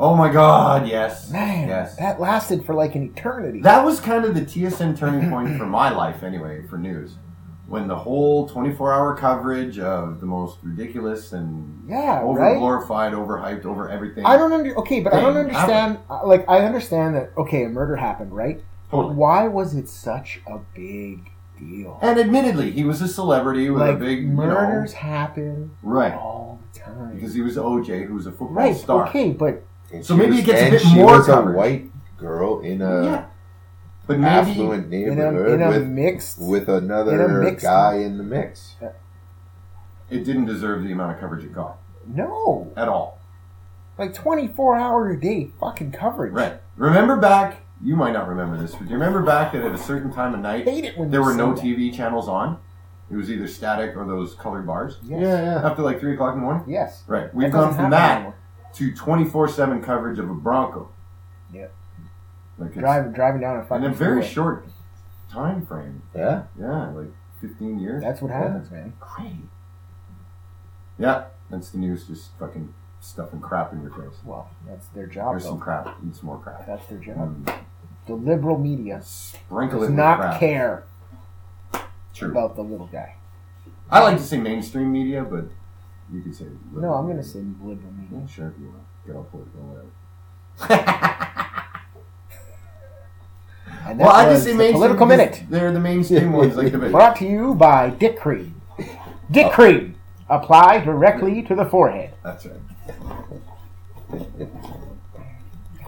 S3: Oh my God! Yes.
S1: Man,
S3: Yes.
S1: that lasted for like an eternity.
S3: That was kind of the TSN turning point for my life, anyway, for news. When the whole 24 hour coverage of the most ridiculous and
S1: Yeah,
S3: over
S1: right?
S3: glorified, overhyped, over everything.
S1: I don't under okay, but I don't
S3: Thing
S1: understand. uh, Like I understand that okay, a murder happened, right? But
S3: Totally.
S1: why was it such a big deal?
S3: And admittedly, he was a celebrity with
S1: Like
S3: a big you know-
S1: murders happen
S3: right.
S1: all the time,
S3: Because he was OJ, who was a football
S1: right?
S3: star.
S1: Okay, but
S2: And
S3: So
S2: she
S3: maybe
S2: was-
S3: it gets a
S2: and
S3: bit
S2: she
S3: more
S2: was
S3: coverage.
S2: a white girl in a
S3: Yeah. Uh, But maybe.
S2: affluent
S1: in a,
S2: neighborhood
S1: in a
S2: with
S1: mixed,
S2: with another
S1: in a mixed-
S2: guy in the mix.
S3: It didn't deserve the amount of coverage it got
S1: no,
S3: at all.
S1: like twenty four hour a day fucking coverage.
S3: Right. Remember back, you might not remember this, but do you remember back that at a certain time of
S1: I
S3: night,
S1: hate it when
S3: there
S1: you
S3: were
S1: say
S3: no
S1: that.
S3: TV channels on? It was either static or those colored bars.
S1: Yes.
S2: Yeah,
S3: After like 3 o'clock in the morning?
S1: Yes,
S3: Right. We've
S1: That
S3: gone
S1: doesn't
S3: from
S1: happen anymore.
S3: that to 24 7 coverage of a Bronco.
S1: Yeah.
S3: Like it's,
S1: driving driving down a
S3: in
S1: fucking
S3: a very
S1: freeway.
S3: short time frame.
S2: yeah, yeah.
S3: Yeah, like 15 years.
S1: That's what happens, man.
S3: Great. Yeah, that's the news, just fucking stuffing crap in your face.
S1: Well, that's their job.
S3: Here's some
S1: Though.
S3: crap, eat some more crap.
S1: That's their job.
S3: Um,
S1: The liberal media
S3: sprinkle it
S1: does
S3: with
S1: not
S3: crap.
S1: care
S3: True.
S1: about the little guy.
S3: I like to say mainstream media, but you could say.
S1: No, I'm gonna say liberal media.
S3: Yeah, sure, if you want. Get all political, whatever.
S1: And
S3: Well,
S1: that
S3: I
S1: was
S3: just say
S1: the
S3: mainstream.
S1: political
S3: because
S1: minute
S3: They're the mainstream ones, like the
S1: brought to you by Dick Cream. Dick Cream, apply directly to the forehead.
S3: That's right.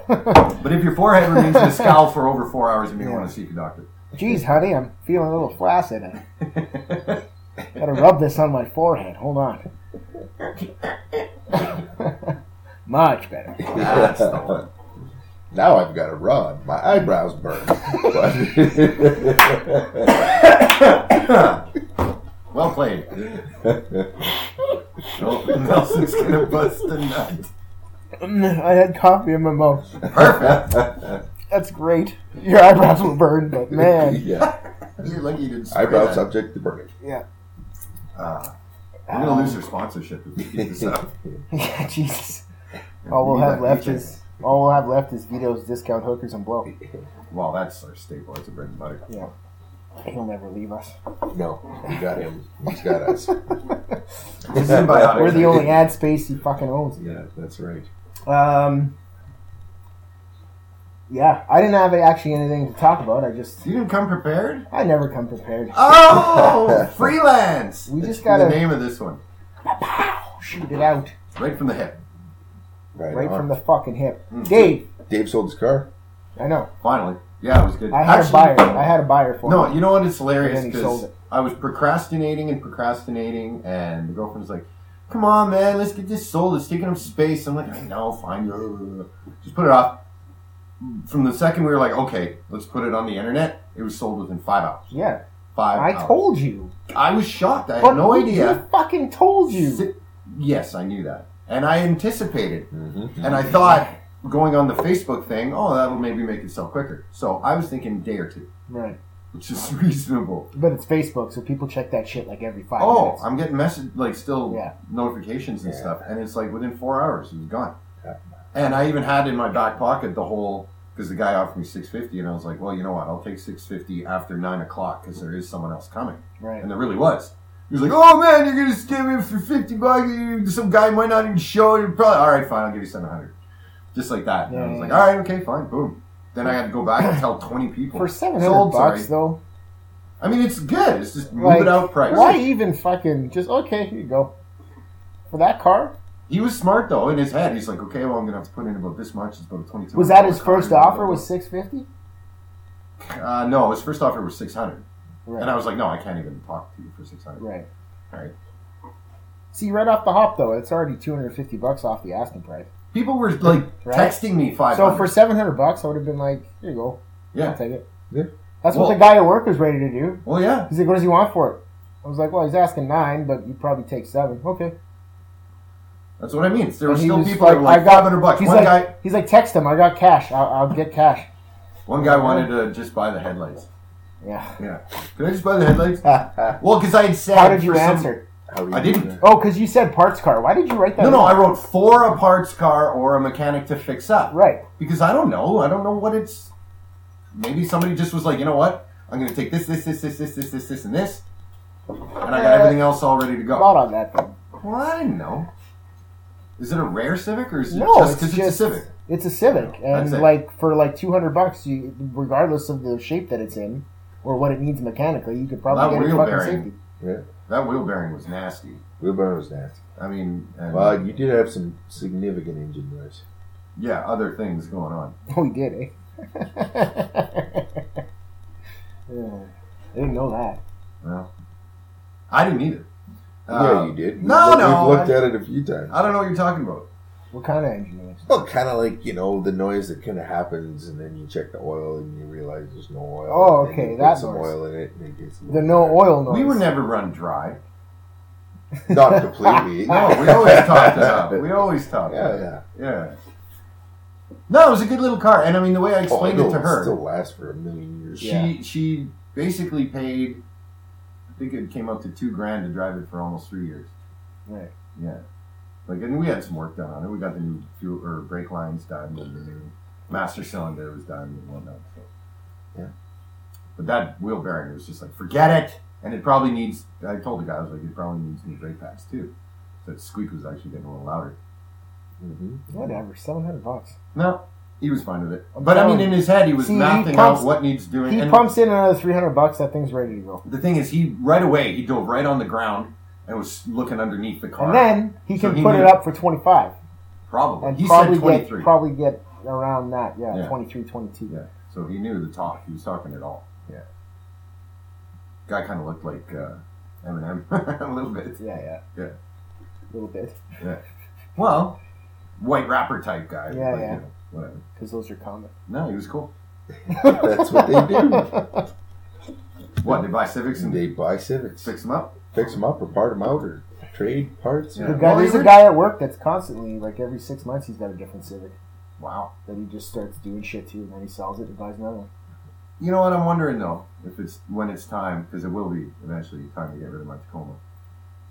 S3: But if your forehead remains in a scowl for over four hours, you may
S1: Yeah.
S3: want to seek a doctor.
S1: Geez, honey, I'm feeling a little flaccid. I gotta rub this on my forehead. Hold on. Much better.
S3: That's the one.
S2: Now I've got to run. My eyebrows burn. But-
S3: Well played. Oh, Nelson's gonna bust a nut.
S1: I had coffee in my mouth.
S3: Perfect.
S1: That's great. Your eyebrows will burn, but man,
S2: yeah.
S3: You're lucky you didn't. spray
S2: Eyebrows
S3: that.
S2: subject to burning.
S3: Ah, we're gonna lose our sponsorship if we keep this up.
S1: yeah, Jesus. All
S3: We
S1: we'll
S3: need
S1: have
S3: that
S1: left
S3: paycheck.
S1: is all we'll have left is Vito's discount hookers and blow.
S3: Well, that's our staple. It's a bread and butter.
S1: He'll never leave us.
S2: No, we got him. He's got us.
S3: It's symbiotic.
S1: We're the only ad space he fucking owns.
S2: Yeah, that's right.
S1: Um. Yeah, I didn't have actually anything to talk about. I just
S3: You didn't come prepared.
S1: I never come prepared.
S3: Oh, freelance.
S1: We just
S3: That's
S1: gotta-
S3: the name of this one
S1: Shoot it out
S3: right from the hip.
S2: Right,
S1: right
S2: on.
S1: from the fucking hip.
S3: Mm.
S1: Dave,
S2: Dave sold his car.
S1: I know.
S3: Finally, yeah, it was good.
S1: I had
S3: Actually,
S1: a buyer. I had a buyer for
S3: No,
S1: it.
S3: you know what? It's
S1: And
S3: hilarious
S1: then he sold
S3: because
S1: it.
S3: I was procrastinating and procrastinating, and the girlfriend's like, "Come on, man, let's get this sold. It's taking up space." I'm like, "I know, fine, just put it off." From the second we were like, "Okay, let's put it on the internet," it was sold within five hours.
S1: Yeah,
S3: Five.
S1: I
S3: hours.
S1: told you.
S3: I was shocked. I
S1: But
S3: had no
S1: you
S3: idea.
S1: fucking told you.
S3: Si- Yes, I knew that, and I anticipated,
S2: Mm-hmm.
S3: and I thought going on the Facebook thing, oh, that'll maybe make it sell quicker. So I was thinking day or two,
S1: Right,
S3: which is reasonable.
S1: but it's Facebook, so people check that shit like every five
S3: Oh,
S1: minutes.
S3: I'm getting message like still
S1: Yeah.
S3: notifications and
S2: Yeah.
S3: stuff, and it's like within four hours it was gone.
S2: Yeah.
S3: And I even had in my back pocket the whole because the guy offered me six fifty, and I was like, well, you know what? I'll take six fifty after nine o'clock because there is someone else coming,
S1: right.
S3: and there really was. He was like, oh man, you're gonna scam me for fifty bucks. You- Some guy might not even show. You probably all right, fine. I'll give you seven hundred, just like that. And I
S1: Yeah,
S3: was
S1: yeah,
S3: like,
S1: yeah.
S3: all right, okay, fine, boom. Then I had to go back and tell twenty people
S1: For seven hundred
S3: Sold, sorry.
S1: bucks though,
S3: I mean, it's good. It's just move
S1: Like,
S3: it out price.
S1: why even fucking just okay? Here you go. For that car,
S3: He was smart though in his head. He's like, okay, well, I'm gonna have to put in about this much. It's about twenty two.
S1: was that his first offer? Was six fifty?
S3: uh, no, his first offer was six hundred,
S1: Right.
S3: and I was like, no, I can't even talk to you for six hundred.
S1: Right.
S3: Right.
S1: See, right off the hop though, it's already two hundred fifty bucks off the asking price.
S3: People were like
S1: Right.
S3: texting me five
S1: So
S3: hundred.
S1: for seven hundred bucks, I would have been like, "Here you go, I'll
S3: yeah,
S1: take it."
S2: Yeah.
S1: That's what
S3: Well-
S1: the guy at work was ready to do.
S3: well, yeah,
S1: He's like, "What does he want for it?" I was like, "Well, he's asking nine, but you probably take seven. Okay.
S3: that's what I mean. There were
S1: And he
S3: still
S1: was
S3: people that were like
S1: "I got-
S3: five hundred bucks.
S1: He's
S3: One
S1: like,
S3: guy,
S1: he's like, "Text him. I got cash. I'll, I'll get cash."
S3: one guy wanted to just buy the headlights.
S1: Yeah.
S3: Yeah, could I just buy the headlights?
S2: How
S3: Well, because I had said.
S1: How did you
S3: for some-
S1: answer?
S2: do you
S3: I
S2: do
S3: didn't.
S2: that?
S1: Oh, because you said parts car. Why did you write that?
S3: No, no,
S1: down?
S3: I wrote for a parts car or a mechanic to fix up.
S1: right.
S3: because I don't know. I don't know what it's. Maybe somebody just was like, you know what? I'm going to take this, this, this, this, this, this, this, this, and this, and I got
S1: Uh,
S3: everything else all ready to go.
S1: Thought on that thing.
S3: Well, I didn't know. Is it a rare Civic or is it
S1: No,
S3: just
S1: it's
S3: because it's,
S1: just-
S3: a Civic?
S1: It's a Civic, and
S3: That's it.
S1: like for like two hundred bucks, you regardless of the shape that it's in or what it needs mechanically, you could probably
S3: That
S1: get it
S3: wheel
S1: fucking
S3: bearing.
S1: safety.
S3: That wheel bearing was nasty.
S2: Wheelbarrow was nasty.
S3: I mean, and,
S2: Well, you did have some significant engine noise.
S3: yeah, other things going on.
S1: Oh, he did, eh? yeah. I didn't know that.
S3: Well, I didn't either.
S2: yeah,
S3: Uh,
S2: you did.
S3: no,
S2: We've-
S3: no,
S2: We've looked
S3: I-
S2: at it a few times.
S3: I don't know what you're talking about.
S1: What kind of engine noise?
S2: Well, kind of like you know the noise that kind of happens, and then you check the oil, and you realize there's no oil.
S1: Oh,
S2: and then
S1: okay,
S2: you put
S1: that
S2: some
S1: noise.
S2: oil in it, and it gets a
S1: The
S2: little
S1: no
S2: better.
S1: oil noise.
S3: We were never run dry.
S2: Not completely.
S3: No, Oh, we always talked about it. We always talked
S2: Yeah,
S3: about it.
S2: yeah.
S3: Yeah. No, it was a good little car, and I mean the way I
S2: Oh,
S3: explained
S2: it'll
S3: it to her,
S2: Still lasts for a million years.
S3: she
S1: Yeah.
S3: she basically paid. I think it came up to two grand to drive it for almost three years.
S1: Right.
S3: Yeah, like and we had some work done on it. We got the new fuel or brake lines done, and the new master cylinder was done, and whatnot. So.
S2: Yeah.
S3: But that wheel bearing was just like forget it, and it probably needs. I told the guy I was like, it probably needs new brake pads too. So that squeak was actually getting a little louder.
S2: hmm
S1: Whatever, seven hundred bucks.
S3: No, he was fine with it.
S1: I'm
S3: But I
S1: telling
S3: mean, in his head, he was
S1: See, he
S3: mapping
S1: pumps-
S3: out what needs doing.
S1: He
S3: and
S1: pumps in another three hundred bucks. That thing's ready to go.
S3: the thing is, he right away he dove right on the ground and was looking underneath the car.
S1: And then he
S3: So
S1: can
S3: he
S1: put
S3: knew-
S1: it up for twenty five,
S3: probably
S1: and
S3: he said
S1: probably
S3: twenty
S1: get
S3: three.
S1: probably get around that, yeah,
S3: Yeah.
S1: twenty three, twenty two. 23, 22.
S3: Yeah. So he knew the talk. He was talking it all.
S2: Yeah.
S3: Guy kind of looked like uh, Eminem a little bit.
S1: Yeah, yeah.
S3: Yeah.
S1: A little bit.
S3: Well, white rapper type guy.
S1: Yeah,
S3: like,
S1: yeah.
S3: You know, whatever.
S1: Because those are common.
S3: No, he was cool.
S2: That's what they do.
S3: What they buy civics and
S2: they buy civics,
S3: fix them up?
S2: fix them up, or part them out, or trade parts.
S1: The
S3: Yeah.
S1: guy,
S3: Well,
S1: there's
S3: he
S1: a
S3: would-
S1: guy at work that's constantly, like every six months, he's got a different Civic
S3: Wow.
S1: that he just starts doing shit to, and then he sells it and buys another one.
S3: You know what? I'm wondering though if it's when it's time because it will be eventually time to get rid of my Tacoma.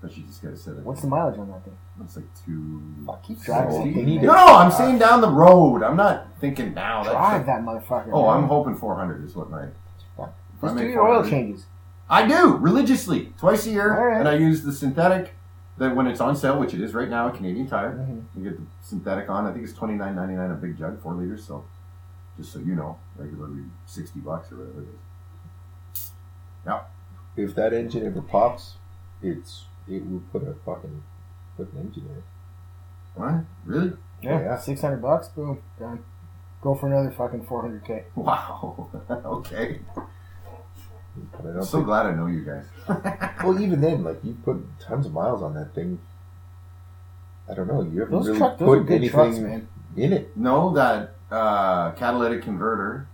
S3: But you just gotta set it.
S1: What's the mileage on that thing?
S3: It's like two.
S2: Fuck, keep
S1: driving
S2: driving.
S1: that
S2: You
S1: thing,
S2: need
S1: man.
S3: No, no, I'm saying down the road. I'm not thinking now. That's
S1: Drive that motherfucker.
S3: Oh, I'm
S1: home.
S3: hoping 400 is what my. if I
S1: Just do
S3: make
S1: your oil
S3: 400
S1: changes.
S3: I do religiously twice a year,
S1: All right.
S3: and I use the synthetic. That when it's on sale, which it is right now at Canadian Tire,
S1: Mhm.
S3: you get the synthetic on. I think it's twenty nine ninety nine a big jug, four liters. So, just so you know, regularly sixty bucks or whatever it is.
S2: a- If that engine ever pops, it's it will put a fucking put an engine in it.
S3: What? Really?
S1: Yeah,
S2: Yeah.
S1: 600 bucks, boom, done. Go for another fucking 400k.
S3: Wow. okay.
S2: But I
S3: I'm
S2: don't
S3: so
S2: think,
S3: glad I know you guys.
S2: well, even then, like you put tons of miles on that thing. I don't know. You haven't
S1: Those,
S2: really
S1: truck, those are
S2: put
S1: good
S2: anything
S1: trucks, man.
S2: in it.
S3: Know that uh, catalytic converter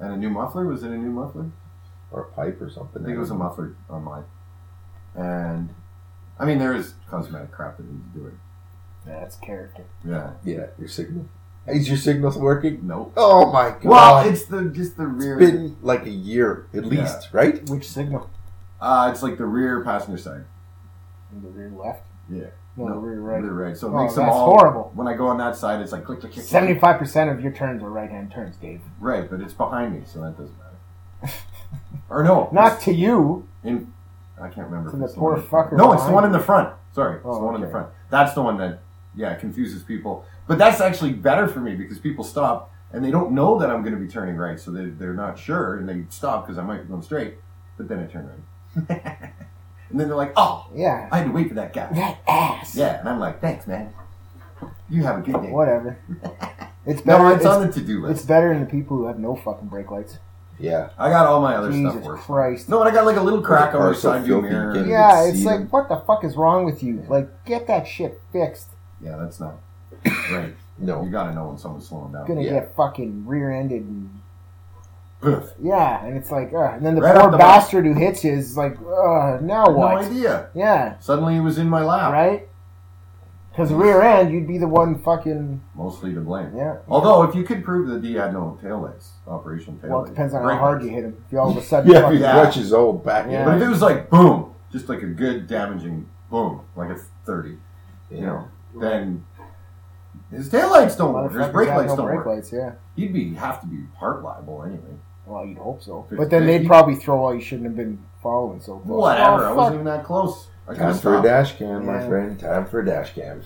S3: and a new muffler. Was it a new muffler?
S2: or a pipe or something.
S3: I think it was a muffler on mine. And I mean, there is cosmetic crap that needs doing.
S1: Yeah, that's character.
S3: Yeah.
S2: Yeah, your signal. Is your signal working?
S3: Nope.
S2: Oh my god!
S3: Well, it's the just the
S2: it's
S3: rear.
S2: been like a year at least, right?
S1: Which signal?
S3: uh, it's like the rear passenger side.
S1: In the rear left?
S3: Yeah.
S1: No, the rear right.
S3: Rear right. So it
S1: Oh,
S3: makes them
S1: that's
S3: all
S1: horrible.
S3: When I go on that side, it's like click click click. click.
S1: 75% of your turns are right hand turns, Dave.
S3: Right, but it's behind me, so that doesn't matter. or no,
S1: Not
S3: it's
S1: to you.
S3: in. I can't remember.
S1: To
S3: if
S1: the
S3: it's one
S1: poor
S3: in front.
S1: fucker
S3: No, it's the
S1: behind
S3: one
S1: you.
S3: in the front. Sorry, it's
S1: Oh,
S3: the one in the
S1: okay.
S3: front. That's the one that yeah confuses people. But that's actually better for me because people stop and they don't know that I'm going to be turning right, so they they're not sure and they stop because I might be going straight, but then I turn right, and then they're like, oh,
S1: Yeah.
S3: I had to wait for that guy.
S1: That ass.
S3: Yeah, and I'm like, thanks, man. You have a good day.
S1: Whatever. It's better.
S3: No, it's,
S1: it's,
S3: on the to-do
S1: it's
S3: list.
S1: better than the people who have no fucking brake lights.
S2: Yeah.
S3: I got all my other stuff
S1: Jesus
S3: worked.
S1: Christ.
S3: No, and I got like a little crack on the
S2: Parcel
S3: side view
S2: filthy
S3: mirror.
S2: kid.
S1: Yeah,
S2: You
S1: it's
S2: see
S1: like,
S2: them.
S1: what the fuck is wrong with you? Like, get that shit fixed.
S3: Yeah, that's not right. You
S2: No.
S3: gotta know when someone's slowing down.
S1: Gonna
S2: Yeah.
S1: get fucking rear ended and
S3: Ugh,
S1: Yeah, and it's like, uh, and then the
S3: Right
S1: poor
S3: off the bat.
S1: bastard who hits you is like, uh, now
S3: I had
S1: what?
S3: No idea.
S1: Yeah,
S3: Suddenly it was in my lap.
S1: right? Because rear end, you'd be the one fucking,
S3: Mostly to blame.
S1: yeah.
S3: Although, if you could prove that he had no tail lights, operational tail
S1: Well, it
S3: lights.
S1: depends on how
S3: brake
S1: hard
S3: lights.
S1: you hit him. If you all of a sudden
S2: Yeah, if
S1: fucking,
S2: you
S3: Yeah.
S2: clutch his old back end.
S1: Yeah.
S3: But if it was like boom, just like a good damaging boom, like a 30, you know, then his tail lights don't work. His
S1: motherfuckers
S3: brake
S1: have
S3: lights
S1: no
S3: don't
S1: brake
S3: work.
S1: lights, yeah.
S3: He'd be have to be part liable anyway.
S1: Well, you'd hope so.
S3: Fifty-
S1: But then
S3: fifty?
S1: they'd probably throw all you shouldn't have been following so close.
S3: Whatever. I
S1: Oh,
S3: wasn't
S1: fuck.
S3: even that close. I
S2: Time
S3: could've
S2: for a
S3: stopped.
S2: dash cam, my
S1: Yeah.
S2: friend. Time for a dash cam.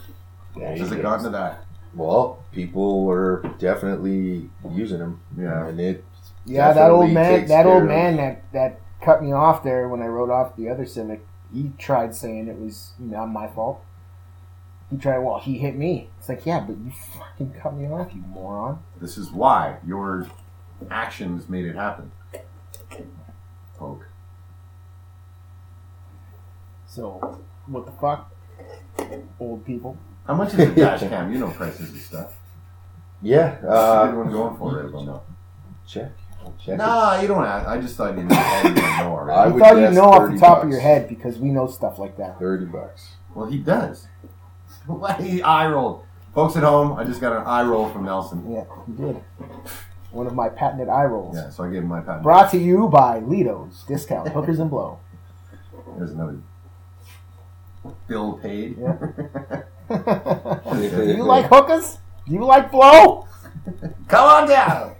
S2: There you
S3: Has it
S2: go.
S3: gotten to that?
S2: Well, people were definitely using them.
S3: Yeah.
S2: And it.
S1: Yeah, that old
S2: definitely
S1: man,
S2: takes
S1: that
S2: care
S1: old
S2: of-
S1: man that, that cut me off there when I rode off the other Civic, he tried saying it was not my fault. He tried, well, he hit me. It's like, yeah, but you fucking cut me off, you moron.
S3: This is why your actions made it happen. Poke.
S1: So, what the fuck? Old people.
S3: How much is a dash cam? You know prices and stuff.
S2: Yeah.
S3: What's
S2: Uh,
S3: everyone going for it? Well,
S2: check. Check. it.
S3: Nah, you don't have. I just thought you didn't know
S2: I
S1: I
S3: already.
S2: would
S1: thought you
S2: guess
S1: know off the
S2: 30
S1: top of
S2: bucks.
S1: your head because we know stuff like that.
S2: Thirty bucks.
S3: Well, he does. Why he eye rolled? Folks at home, I just got an eye roll from Nelson.
S1: Yeah, you did. One of my patented eye rolls.
S3: Yeah, so I gave him my patent.
S1: Brought to you by Lido's Discount Hookers and Blow.
S3: There's another bill paid. Oh,
S1: Yeah. Do
S3: Come
S1: you like hookers? Do you like blow?
S3: on down.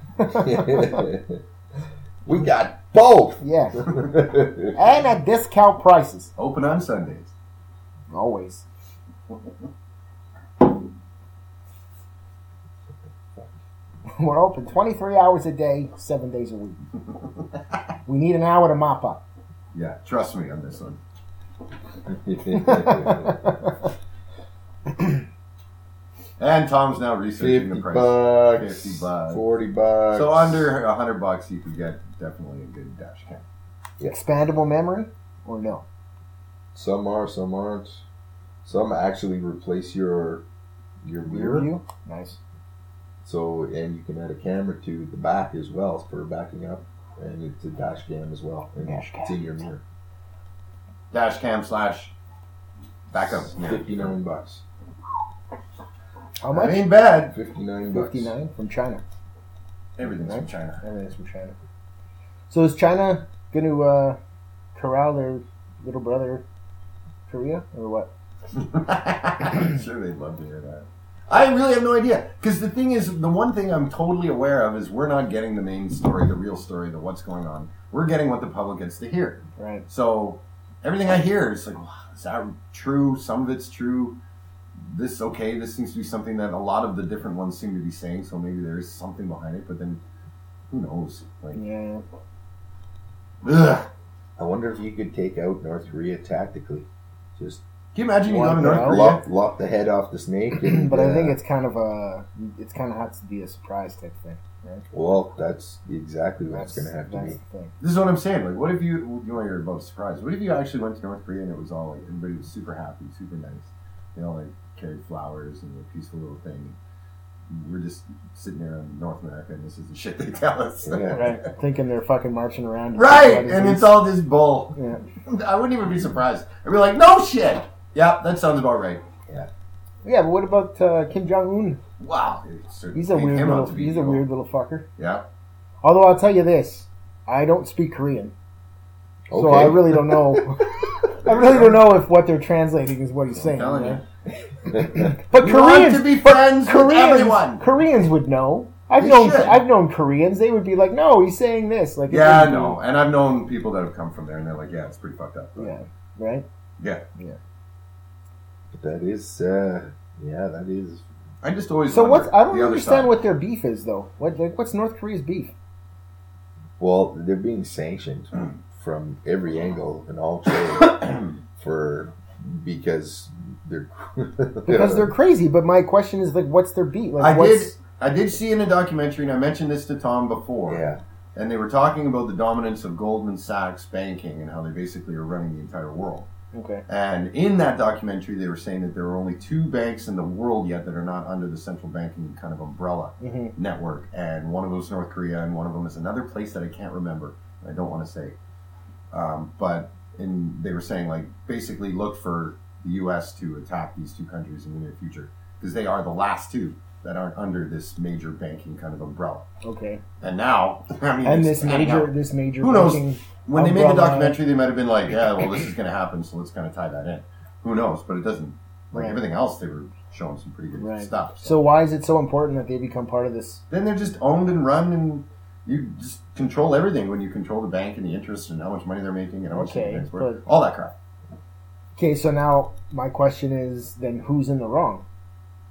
S2: we got both.
S1: Yeah.
S2: That's
S1: And at discount prices.
S3: Open on Sundays.
S1: Always. We're open 23 hours a day, seven days a week. We need an hour to mop up.
S3: Yeah, trust me on this one. And Tom's now researching
S2: Fifty
S3: the price.
S2: bucks,
S3: 50 bucks.
S2: forty bucks.
S3: So under a hundred bucks, you could get definitely a good dash cam.
S1: Expandable memory or no?
S2: Some are, some aren't. Some actually replace your your mirror.
S1: Review? Nice.
S2: So and you can add a camera to the back as well for backing up, and it's a dash cam as well, and
S1: Dash
S2: it's in your mirror.
S3: Dash cam slash backup.
S2: Fifty nine bucks.
S1: How
S3: That
S1: much?
S3: ain't bad.
S2: Fifty nine bucks.
S1: Fifty nine from China.
S3: Everything's from China.
S1: Everything's from China. So is China going to uh, corral their little brother, Korea, or what?
S3: I'm sure they'd love to hear that. I really have no idea. Because the thing is, the one thing I'm totally aware of is we're not getting the main story, the real story, the what's going on. We're getting what the public gets to hear.
S1: Right.
S3: So everything I hear is like, wow, is that true? Some of it's true. This okay? This seems to be something that a lot of the different ones seem to be saying. So maybe there is something behind it. But then, who knows? Like,
S1: Yeah.
S3: ugh.
S2: I wonder if you could take out North Korea tactically. Just
S3: can you imagine you
S1: One
S3: go to North
S1: girl.
S3: Korea?
S2: lop, lop the head off the snake. And,
S1: Oh, But I think
S2: uh,
S1: it's kind of a, it's kind of has to be a surprise type thing.
S2: well, that's exactly what it's going to have to
S1: that's
S2: be.
S1: the thing.
S3: This is what I'm saying. Like, what if you you want to hear about surprise? What if you actually went to North Korea and it was all like everybody was super happy, super nice. They all like carried flowers and a peaceful little thing. We're just sitting there in North America, and this is the shit they tell us.
S2: Yeah.
S1: Right. Thinking they're fucking marching around.
S3: Right, and it's all this bull.
S1: Yeah.
S3: I wouldn't even be surprised. I'd be like, no shit. Yeah, that sounds about right.
S1: Yeah, but what about uh, Kim Jong Un?
S3: Wow, it certainly
S1: He's a
S3: made
S1: weird
S3: him out
S1: little.
S3: to be
S1: He's a
S3: evil.
S1: weird little fucker.
S3: Yeah,
S1: Although I'll tell you this, I don't speak Korean, so I really don't know. I really don't know if what they're translating is what he's
S3: I'm
S1: saying.
S3: telling
S1: right?
S3: you.
S1: But
S3: We want
S1: Koreans,
S3: to be friends with
S1: Koreans,
S3: everyone.
S1: Koreans would know. I've
S3: They
S1: known,
S3: should.
S1: I've known Koreans. They would be like, "No, he's saying this." Like, it
S3: Yeah,
S1: wouldn't be-
S3: no, and I've known people that have come from there, and they're like, yeah, it's pretty fucked up. but-
S1: Yeah, right.
S3: yeah.
S2: But that is, uh, yeah, that is.
S3: I just always.
S1: So
S3: wondered
S1: what's? I don't
S3: the other
S1: understand
S3: side.
S1: what their beef is, though. What? Like, what's North Korea's beef?
S2: Well, they're being sanctioned from every angle and all trade for because they're
S1: Because they're crazy. But my question is, like, what's their beef? Like,
S3: I
S1: what's,
S3: did. I did see in a documentary, and I mentioned this to Tom before.
S2: yeah.
S3: And they were talking about the dominance of Goldman Sachs banking and how they basically are running the entire world.
S1: Okay.
S3: And in that documentary, they were saying that there are only two banks in the world yet that are not under the central banking kind of umbrella
S1: hmm
S3: network. And one of them is North Korea, and one of them is another place that I can't remember. I don't want to say. Um, but in, they were saying, like, basically look for the U.S. to attack these two countries in the near future because they are the last two that aren't under this major banking kind of umbrella.
S1: Okay.
S3: And now, I mean,
S1: And
S3: it's-
S1: this major,
S3: now,
S1: this major.
S3: Who knows?
S1: banking-
S3: when they made the
S1: umbrella-
S3: documentary, they might have been like, yeah, well, this is going to happen, so let's kind of tie that in. Who knows? But it doesn't. Like
S1: Right.
S3: everything else, they were showing some pretty good
S1: Right.
S3: stuff.
S1: So why is it so important that they become part of this?
S3: then they're just owned and run and you just control everything when you control the bank and the interest and how much money they're making and how much
S1: Okay,
S3: the bank's worth.
S1: but-
S3: All that crap.
S1: Okay. So now my question is, then who's in the wrong?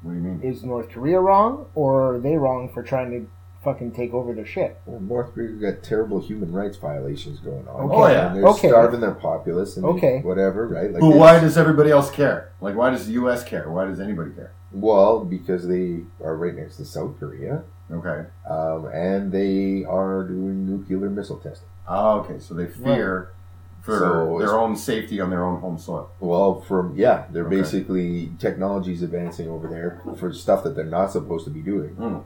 S3: What do you mean?
S1: Is North Korea wrong, or are they wrong for trying to fucking take over their shit?
S2: Well, North Korea's got terrible human rights violations going on.
S1: Okay. Oh,
S3: yeah.
S2: And they're
S1: Okay.
S2: starving their populace and
S1: Okay.
S2: whatever, right? Like
S3: But
S2: they-
S3: why does everybody else care? Like, why does the U.S. care? Why does anybody care?
S2: Well, because they are right next to South Korea,
S3: Okay.
S2: um, and they are doing nuclear missile testing.
S3: Ah, okay. So they fear for
S2: So it's-
S3: their own safety on their own home soil.
S2: Well, from yeah, they're
S3: Okay.
S2: basically technology's advancing over there for stuff that they're not supposed to be doing.
S3: Mm.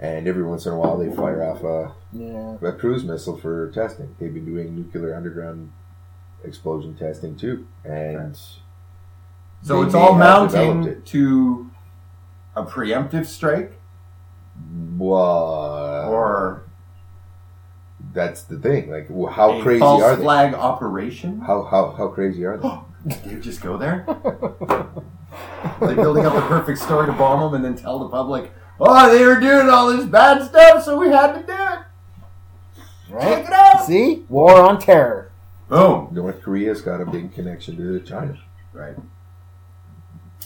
S2: And every once in a while, they fire off a,
S1: Yeah.
S2: a cruise missile for testing. They've been doing nuclear underground explosion testing too, and
S3: So
S2: They
S3: it's
S2: may
S3: all
S2: have
S3: mounting
S2: developed it.
S3: to a preemptive strike,
S2: well,
S3: or
S2: that's the thing. Like, wh- how
S3: a
S2: crazy
S3: false
S2: are they?
S3: flag operation.
S2: How how how crazy are they?
S3: Did you just go there? They're building up a perfect story to bomb them and then tell the public, oh, they were doing all this bad stuff, so we had to do it. Check
S1: Right.
S3: it out.
S1: See, war on terror.
S3: Boom.
S2: North Korea's got a big connection to China.
S3: Right.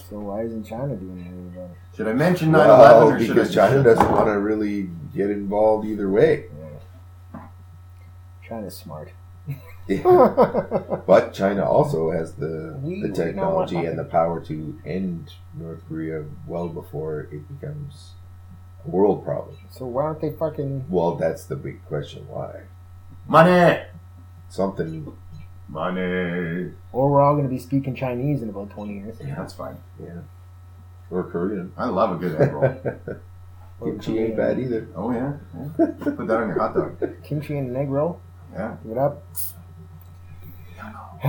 S1: So why isn't China doing anything about it?
S3: Should I mention 9
S2: Well,
S3: 11 or should I?
S2: because China doesn't want to really get involved either way.
S1: China's smart.
S2: Yeah. But China also has the
S1: We-
S2: the
S1: we
S2: technology
S1: know what-
S2: and the power to end North Korea well before it becomes a world problem.
S1: so why don't they fucking
S2: Well, that's the big question. Why?
S3: Money!
S2: Something.
S3: Money!
S1: or we're all going to be speaking Chinese in about twenty years.
S3: Yeah, that's fine.
S2: Yeah. Or Korean.
S3: I love a good egg roll.
S2: Kimchi
S1: Or
S2: ain't bad either.
S3: oh, yeah. yeah. Put that on your hot dog.
S1: Kimchi and an egg roll.
S3: Yeah.
S1: Give it up.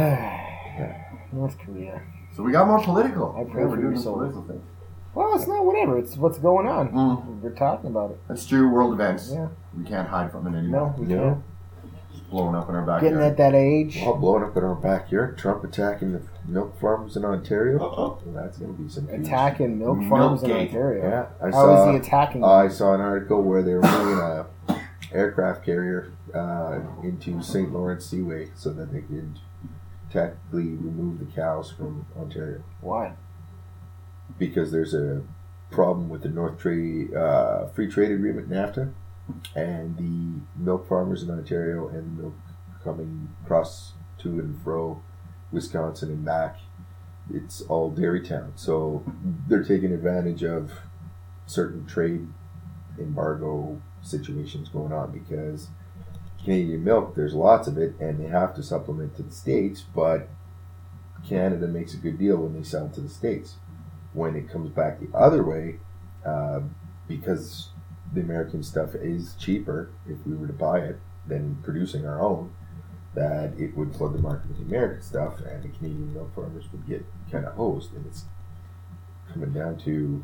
S1: North Korea.
S3: So we got more political.
S1: I pray
S3: Yeah, we're
S1: for
S3: doing
S1: your
S3: a
S1: soul.
S3: political thing.
S1: Well, it's not whatever. It's what's going on.
S3: Mm,
S1: We're talking about it.
S3: that's true. World events.
S1: Yeah.
S3: We can't hide from it anymore.
S1: No, we
S2: No.
S1: can't.
S3: It's blowing up in our backyard.
S1: Getting at that age.
S2: All blowing up in our backyard. Trump attacking the milk farms in Ontario.
S1: Oh.
S3: Uh-oh.
S2: Well, that's gonna be some huge-
S1: attacking milk
S3: Milk
S1: farms in
S3: gate.
S1: Ontario.
S2: Yeah, uh, I
S1: How is
S2: saw.
S1: he attacking?
S2: I saw an article where they were moving a aircraft carrier uh, into St. Lawrence Seaway so that they could tactically remove the cows from Ontario
S1: Why?
S2: because there's a problem with the North Trade uh, Free Trade Agreement NAFTA and the milk farmers in Ontario and milk coming across to and fro Wisconsin and back. It's all dairy town, so they're taking advantage of certain trade embargo situations going on because Canadian milk, there's lots of it, and they have to supplement to the states, but Canada makes a good deal when they sell to the states when it comes back the other way, uh, because the American stuff is cheaper if we were to buy it than producing our own, that it would flood the market with the American stuff, and the Canadian milk farmers would get kind of hosed. And it's coming down to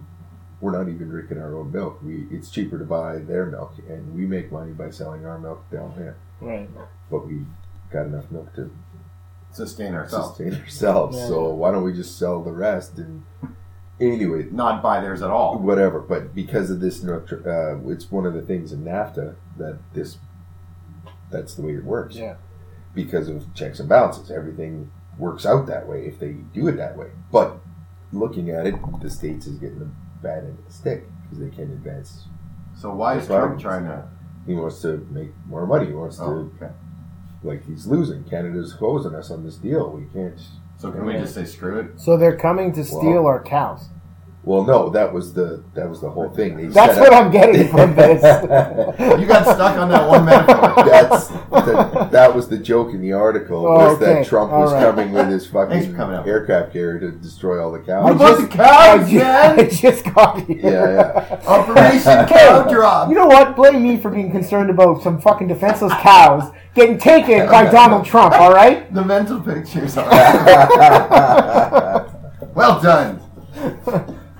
S2: we're not even drinking our own milk. We it's cheaper to buy their milk, and we make money by selling our milk down here,
S1: Right.
S2: but we got enough milk to
S3: Sustain ourselves.
S2: sustain ourselves.
S1: Yeah.
S2: So why don't we just sell the rest? And anyway,
S3: Not by theirs at all.
S2: whatever. But because of this, North- uh, it's one of the things in NAFTA that this that's the way it works.
S1: Yeah.
S2: Because of checks and balances, everything works out that way if they do it that way. But looking at it, the states is getting the bad end of the stick because they can't advance.
S3: So why is
S2: Right.
S3: Trump trying to?
S2: He wants to make more money. He wants
S3: Oh, okay.
S2: to like he's losing. Canada's closing us on this deal. We can't.
S3: So can we just say screw it?
S1: So they're coming to steal
S2: Well,
S1: our cows.
S2: Well, no, that was the that was the whole thing. They
S1: That's
S2: set
S1: what
S2: up-
S1: I'm getting from this.
S3: You got stuck on that one metaphor.
S2: That's the, that was the joke in the article
S1: Oh,
S2: was that
S1: okay.
S2: Trump
S1: All
S2: was
S1: right.
S2: coming with his
S3: Thanks
S2: fucking
S3: for coming up.
S2: aircraft carrier to destroy all the
S3: What
S2: cows.
S1: I
S3: about
S1: just-
S3: the cows,
S1: I
S3: man?
S1: just got here.
S2: yeah, yeah.
S3: Operation Cow Drop.
S1: You know what? Blame me for being concerned about some fucking defenseless cows getting taken by Donald Trump, all right?
S3: The mental pictures are. well done.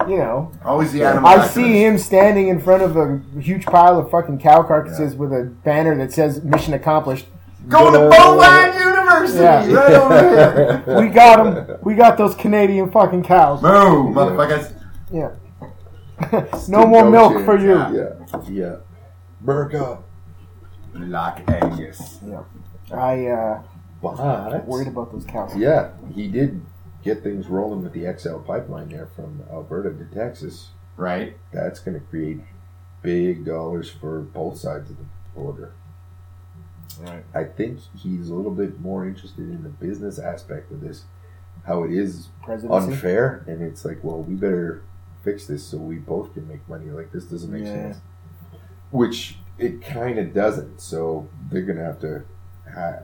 S1: You know,
S3: Always the animal.
S1: I
S3: activist.
S1: see him standing in front of a huge pile of fucking cow carcasses with a banner that says "Mission Accomplished."
S3: Go to Bowen University
S1: Yeah.
S3: right over here.
S1: We got them. We got those Canadian fucking cows.
S3: Boom, motherfuckers.
S1: Yeah. No more milk for you.
S3: Yeah.
S2: Yeah, yeah. America.
S3: Black Angus.
S1: I uh,
S2: But
S1: worried about those cows.
S2: yeah, he did get things rolling with the XL pipeline there from Alberta to Texas.
S3: Right?
S2: That's going to create big dollars for both sides of the border.
S3: Right.
S2: I think he's a little bit more interested in the business aspect of this, how it is
S1: Presidency.
S2: unfair, and it's like, well, we better fix this so we both can make money. Like this doesn't make
S1: Yeah.
S2: sense, which it kind of doesn't. So they're gonna have to ha-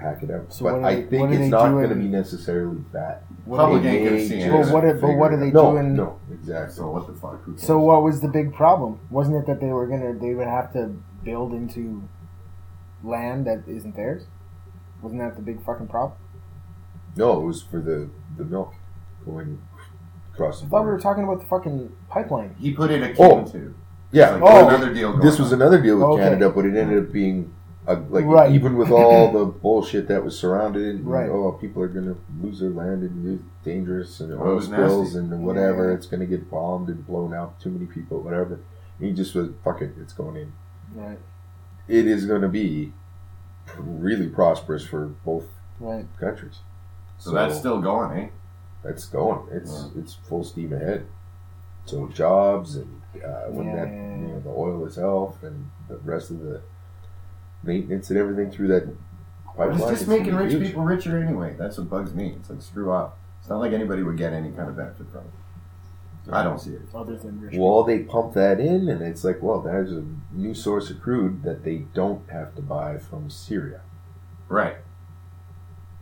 S2: hack it out.
S1: So
S2: but
S1: what are
S2: I
S1: they-
S2: think
S1: what are
S2: it's
S1: they
S2: not gonna
S1: doing?
S2: be necessarily that.
S1: What
S3: Public
S1: are they-
S3: ain't gonna
S2: They
S3: see it.
S2: just
S1: Well, what are- but
S2: figure
S1: what are
S2: it
S1: they
S2: out. no,
S1: doing-
S2: No, exactly.
S3: So what the fuck? Who cares?
S1: So what was the big problem? Wasn't it that they were gonna they would have to build into land that isn't theirs? Wasn't that the big fucking problem?
S2: No, it was for the the milk going across the
S1: I thought we
S2: border.
S1: were talking about the fucking pipeline.
S3: He put it akin
S2: Oh.
S3: to.
S2: yeah,
S3: Like,
S1: Oh.
S3: another deal going
S2: this was
S3: on.
S2: another deal with
S1: Okay.
S2: Canada, but it ended up being a, like
S1: Right.
S2: even with all the bullshit that was surrounded it, and,
S1: Right.
S2: oh, people are gonna lose their land and it's dangerous and
S3: Oh, it
S2: oil
S3: was
S2: spills
S3: nasty.
S2: and whatever.
S1: Yeah.
S2: It's gonna get bombed and blown out. Too many people, whatever. And he just was fuck it. It's going in.
S1: Right.
S2: It is gonna be really prosperous for both
S1: Right.
S2: countries.
S3: So that's still going, eh?
S2: that's going. It's it's full steam ahead. So jobs and uh, when
S1: Yeah,
S2: that
S1: yeah, yeah.
S2: you know the oil itself and the rest of the maintenance and everything through that
S3: But it's
S2: Pipeline
S3: just
S2: is
S3: making
S2: gonna be
S3: rich
S2: huge.
S3: people richer anyway. That's what bugs me. It's like screw off. It's not like anybody would get any kind of benefit from it. I don't see it.
S1: Other than rich.
S2: Well, they pump that in, and it's like, well, there's a new source of crude that they don't have to buy from Syria
S3: Right.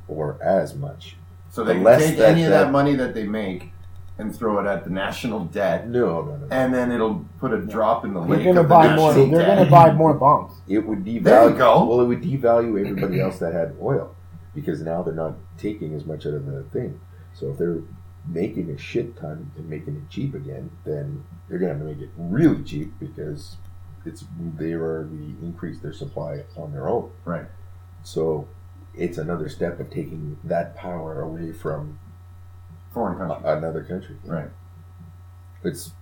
S2: or as much.
S3: So they can
S2: Unless
S3: take
S2: that-
S3: any of that
S2: that-
S3: money that they make and throw it at the national debt,
S2: No, no, no.
S3: and then it'll put a drop in the
S1: They're
S3: lake.
S1: gonna
S3: of the
S1: buy more.
S3: national
S1: They're
S3: debt.
S1: gonna buy more bombs.
S2: It would devalue.
S3: There you go.
S2: Well, it would devalue everybody else that had oil because now they're not taking as much out of the thing. So if they're making a shit ton and making it cheap again, then they're going to make it really cheap because it's they already increased their supply on their own.
S3: Right.
S2: So it's another step of taking that power away from
S3: foreign
S2: a-
S3: country.
S2: another country.
S3: Right.
S2: It's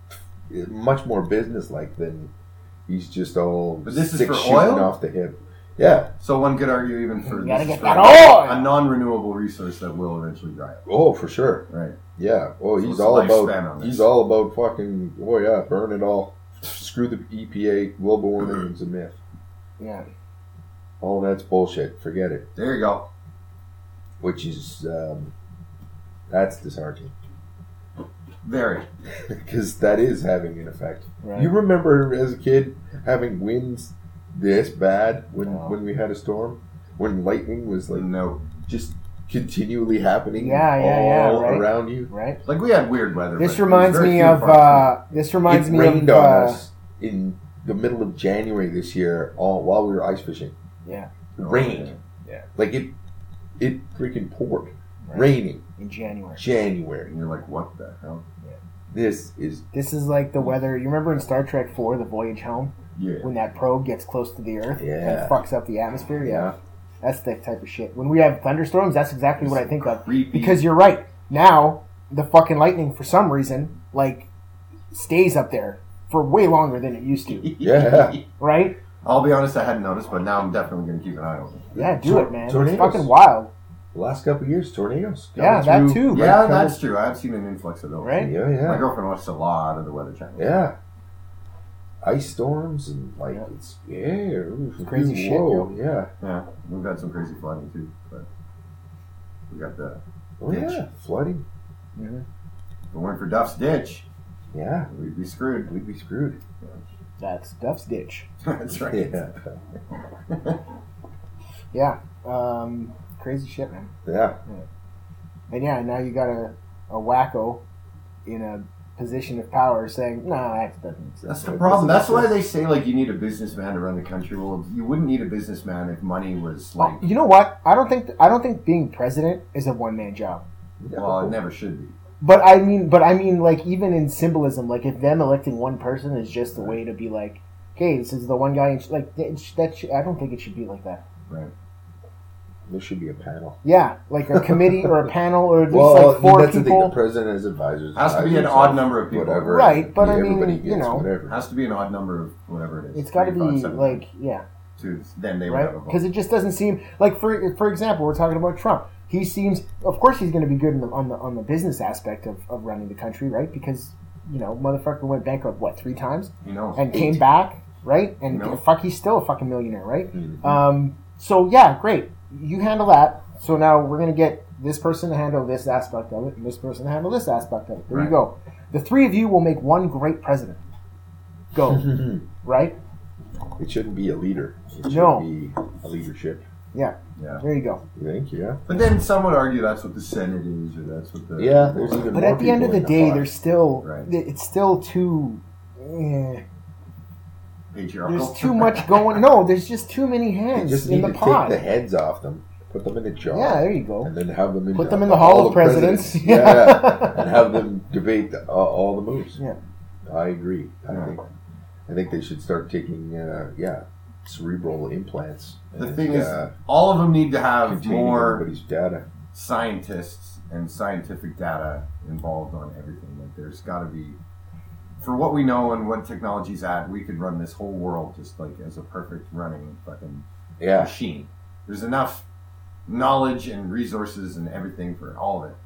S2: much more business-like than he's just all
S3: But this is
S2: six
S3: for
S2: shooting
S3: oil?
S2: off the hip. Yeah.
S3: So one could argue even for,
S1: You gotta
S3: this
S1: get
S3: is for
S1: that
S3: a-
S1: oil!
S3: a non-renewable resource that will eventually dry up.
S2: Oh, for sure.
S3: Right.
S2: Yeah. Oh,
S3: So
S2: he's
S3: what's the
S2: all
S3: lifespan on
S2: about.
S3: this?
S2: He's all about fucking. Oh yeah, burn it all. Screw the EPA. Global warming is a myth.
S1: Yeah.
S2: All that's bullshit. Forget it.
S3: There you go.
S2: Which is, um, that's disheartening
S3: Very.
S2: because that is having an effect.
S1: Right.
S2: You remember as a kid having winds this bad when
S1: No.
S2: when we had a storm, when lightning was like
S3: No.
S2: just continually happening
S1: Yeah, yeah, yeah,
S2: all
S1: right.
S2: around you.
S1: right.
S3: Like we had weird weather. but
S1: This
S3: it was
S1: reminds
S3: very
S1: me
S3: few
S1: of.
S3: apart from-
S1: Uh, this reminds
S2: it
S1: me
S2: rained
S1: of.
S2: on
S1: Uh,
S2: us in the middle of January this year, all while we were ice fishing.
S1: Yeah.
S2: It rained.
S1: Yeah.
S2: Like it, it freaking poured.
S1: Right.
S2: Raining
S1: in January.
S2: January.
S1: uh,
S3: And you're like, what the hell?
S2: This is
S1: This is like the weather. You remember in Star Trek Four, the voyage home,
S3: Yeah.
S1: when that probe gets close to the Earth
S2: Yeah.
S1: and fucks up the atmosphere. Yeah. That's the type of shit. When we have thunderstorms, that's exactly what I think of.
S3: Creepy.
S1: Because you're right. Now the fucking lightning, for some reason, like stays up there for way longer than it used to.
S2: Yeah.
S1: Right?
S3: I'll be honest, I hadn't noticed, but now I'm definitely going to keep an eye on
S1: Yeah, do
S2: Tor-
S1: it, man.
S2: tornadoes.
S1: It's fucking wild.
S2: The last couple of years, tornadoes.
S1: Yeah,
S2: coming
S1: that
S2: through.
S1: too.
S3: it. Yeah,
S2: Right.
S3: that's true. I've seen an influx of those.
S1: Right?
S2: Yeah,
S3: My
S2: yeah,
S3: girlfriend watched a lot of the Weather Channel.
S2: yeah. Ice storms and like
S1: Yeah.
S2: it's yeah, ooh,
S1: Crazy
S2: ooh,
S1: shit,
S2: whoa, Yeah,
S3: Yeah, we've got some crazy flooding too, but we got the.
S2: oh
S3: Ditch.
S2: yeah, flooding.
S3: If it weren't for Duff's ditch,
S2: Yeah,
S3: we'd be screwed.
S2: we'd be screwed.
S1: That's Duff's ditch.
S3: That's right.
S2: Yeah,
S1: Yeah. Um, crazy shit, man.
S2: yeah.
S1: And yeah, now you got a, a wacko in a position of power saying, "No, that doesn't exist."
S3: That's the problem. That's why they say like you need a businessman to run the country. Well, you wouldn't need a businessman if money was like.
S1: You know what? I don't think I don't think being president is a one man job.
S3: Well, it never should be.
S1: But I mean, but I mean, like even in symbolism, like if them electing one person is just a way to be like, okay, this is the one guy. in sh- Like that, sh- that sh- I don't think it should be like that.
S3: Right.
S2: There should be a panel.
S1: Yeah, like a committee or a panel or at least
S2: Well,
S1: like four
S2: that's the thing.
S1: people.
S2: The president has advisors.
S3: Has to be
S2: advisors
S3: an odd
S2: of
S3: number of people.
S2: Whatever.
S1: Right, but I mean,
S2: Everybody
S1: you
S2: gets
S1: know.
S3: It
S2: whatever.
S3: has to be an odd number of whatever it is.
S1: It's got to be
S3: Three, five, seven,
S1: like yeah.
S3: two. Then they would have a
S1: right?
S3: vote.
S1: Because it just doesn't seem like for for example, we're talking about Trump. He seems, of course, he's going to be good in the, on the on the business aspect of, of running the country, right? Because you know, motherfucker went bankrupt what three times
S3: You know.
S1: and came back, right? And
S3: No.
S1: fuck, he's still a fucking millionaire, right?
S2: Mhm.
S1: Um, so yeah, great. You handle that. So now we're gonna get this person to handle this aspect of it, and this person to handle this aspect of it. There
S3: Right.
S1: you go. The three of you will make one great president. Go right.
S2: it shouldn't be a leader. It
S1: No.
S2: should be a leadership.
S1: Yeah,
S3: Yeah.
S1: there you go.
S2: You think? Yeah.
S3: But then some would argue that's what the Senate is, or that's what the
S2: Yeah, there's even
S1: But
S2: more
S1: at the end of
S2: people
S1: the
S2: in
S1: day,
S2: pot.
S1: there's still
S3: Right.
S1: th- it's still too. eh,
S3: patriarchal.
S1: there's too much going. No, there's just too many
S2: They
S1: hands
S2: just
S1: in
S2: need
S1: the
S2: to
S1: pot.
S2: take the heads off them, put them in a jar,
S1: yeah, there you go.
S2: and then have them in
S1: Put them in the Hall of Presidents.
S2: yeah, and have them debate the, uh, all the moves.
S1: Yeah.
S2: I agree. I
S3: Yeah.
S2: think I think they should start taking uh, yeah cerebral implants.
S3: The
S2: and,
S3: thing
S2: uh,
S3: is, all of them need to have
S2: containing
S3: more
S2: everybody's data.
S3: scientists and scientific data involved on everything. Like there's got to be, for what we know and what technology's at, we could run this whole world just like as a perfect running fucking
S2: Yeah,
S3: machine. There's enough knowledge and resources and everything for all of it,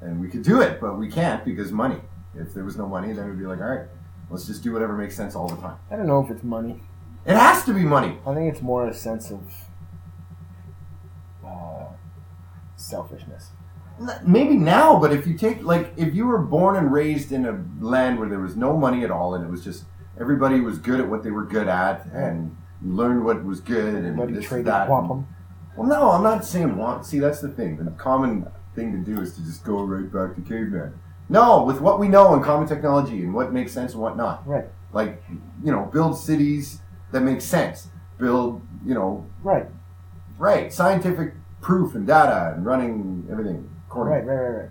S3: and we could do it, but we can't because money. If there was no money, then we'd be like, all right, let's just do whatever makes sense all the time.
S1: I don't know if it's money.
S3: It has to be money.
S1: I think it's more a sense of selfishness.
S3: N- Maybe now, but if you take like if you were born and raised in a land where there was no money at all, and it was just everybody was good at what they were good at, and you learned what was good, and
S1: Everybody
S3: this
S1: traded
S3: that.
S1: wampum.
S3: Well, no, I'm not saying want. See, that's the thing. The common thing to do is to just go right back to caveman. No, with what we know and common technology and what makes sense and what not.
S1: Right.
S3: Like, you know, build cities that make sense. Build, you know,
S1: Right,
S3: right scientific proof and data and running everything according.
S1: right, right, right, right.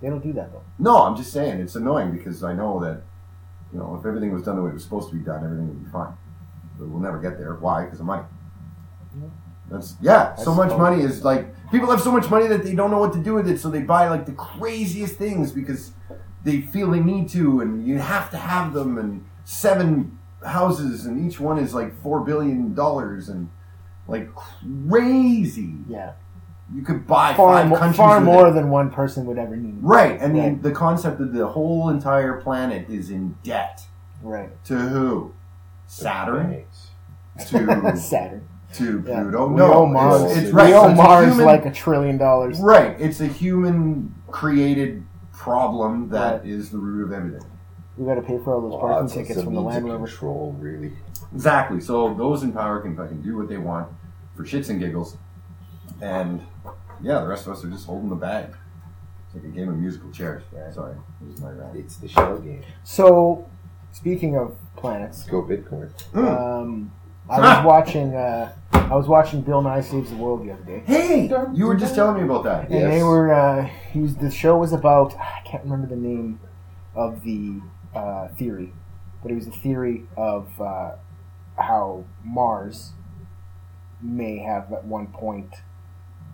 S1: They don't do that though.
S3: No, I'm just saying it's annoying because I know that, you know, if everything was done the way it was supposed to be done, everything would be fine. But we'll never get there. Why? Because of money.
S1: Yeah.
S3: That's yeah.
S1: I
S3: so much
S1: suppose.
S3: money is like people have so much money that they don't know what to do with it, so they buy like the craziest things because they feel they need to, and you have to have them, and seven houses, and each one is like four billion dollars, and like crazy.
S1: Yeah,
S3: You could buy
S1: far,
S3: five
S1: mo-
S3: countries.
S1: far
S3: with it.
S1: more than one person would ever need.
S3: Right, and
S1: Right.
S3: The, the concept of the whole entire planet is in debt
S1: Right,
S3: to who? Saturn
S2: Thanks.
S3: to
S1: Saturn.
S3: to
S1: Yeah.
S3: Pluto.
S1: we
S3: Oh, no,
S1: owe Mars.
S3: It's, it's
S1: we
S3: right. so
S1: owe
S3: it's a
S1: Mars
S3: human-
S1: like a trillion dollars.
S3: right. It's a human created problem that is the root of everything.
S1: We got to pay for all those parking
S2: Lots of
S1: tickets from the
S2: means of
S1: Land Rover.
S2: Control, really.
S3: Exactly. So those in power can fucking do what they want for shits and giggles, and yeah, the rest of us are just holding the bag. It's like a game of musical chairs.
S2: Right.
S3: Sorry, it was my rant.
S2: It's the shell game.
S1: So, speaking of planets,
S2: Let's go Bitcoin.
S3: Mm.
S1: um, I was watching. Uh, I was watching Bill Nye Saves the World the other day.
S3: Hey, you were just telling me about that.
S1: And they
S2: Yes.
S1: were. Uh, he was, the show was about. I can't remember the name of the uh, theory, but it was a theory of uh, how Mars may have at one point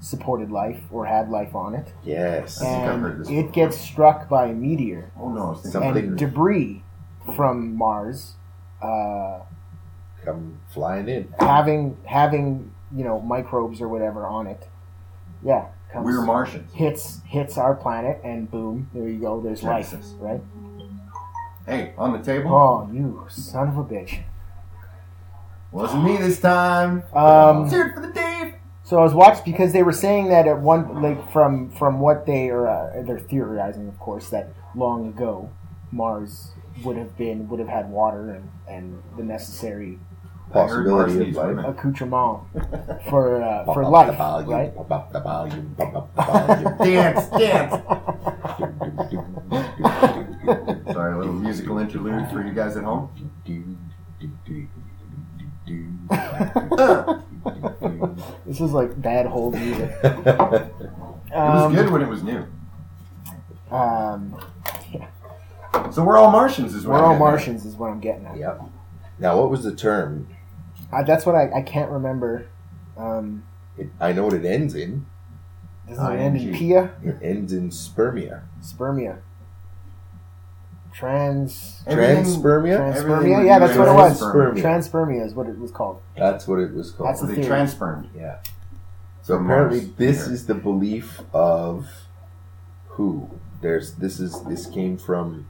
S1: supported life or had life on it,
S2: Yes.
S3: think I've heard
S1: and
S3: this
S1: it
S3: before.
S1: gets struck by a meteor,
S3: Oh no, I was thinking.
S2: Something-
S1: and debris from Mars. Uh,
S2: Come flying in.
S1: having having you know microbes or whatever on it. Yeah, comes,
S3: We're Martians.
S1: hits hits our planet, and boom, there you go. There's life,
S3: Genesis.
S1: right?
S3: Hey, on the table.
S1: Oh, you son of a bitch.
S3: Wasn't me this time.
S1: Um,
S3: Cheered for the Dave.
S1: so I was watched because they were saying that at one like from from what they are uh, they're theorizing, of course, that long ago Mars would have been would have had water and and the necessary
S2: Possibility
S3: Marcy's
S2: of life.
S3: women.
S1: accoutrement for uh,
S2: Bump
S1: for
S2: up
S1: life,
S2: the volume,
S1: right?
S2: Bump up the volume. Bump up the volume.
S3: Dance, dance.
S2: Sorry,
S3: Sorry, a little musical interlude for you guys at home. Uh,
S1: This is like bad hold music.
S3: it was
S1: Um,
S3: good when it was new.
S1: Um,
S3: So we're all Martians, is what
S1: we're
S3: I'm
S1: all
S3: getting at.
S1: Martians, is what I'm getting at.
S2: yep. Now, what was the term?
S1: I, that's what I, I can't remember. Um,
S2: It, I know what it ends in.
S1: does it end in
S3: ING.
S1: Pia?
S2: It ends in spermia.
S1: Spermia. Trans.
S3: Everything-
S2: Transpermia?
S1: Transpermia?
S3: everything
S1: Yeah,
S3: would
S1: that's
S3: be
S1: what it was.
S2: Transpermia.
S1: Transpermia is what it was called.
S2: That's what it was called.
S1: That's
S3: So they
S1: theory.
S3: transpermed.
S2: yeah. So
S3: From
S2: apparently,
S3: Mars.
S2: this
S3: Yeah.
S2: is the belief of who? There's this is this came from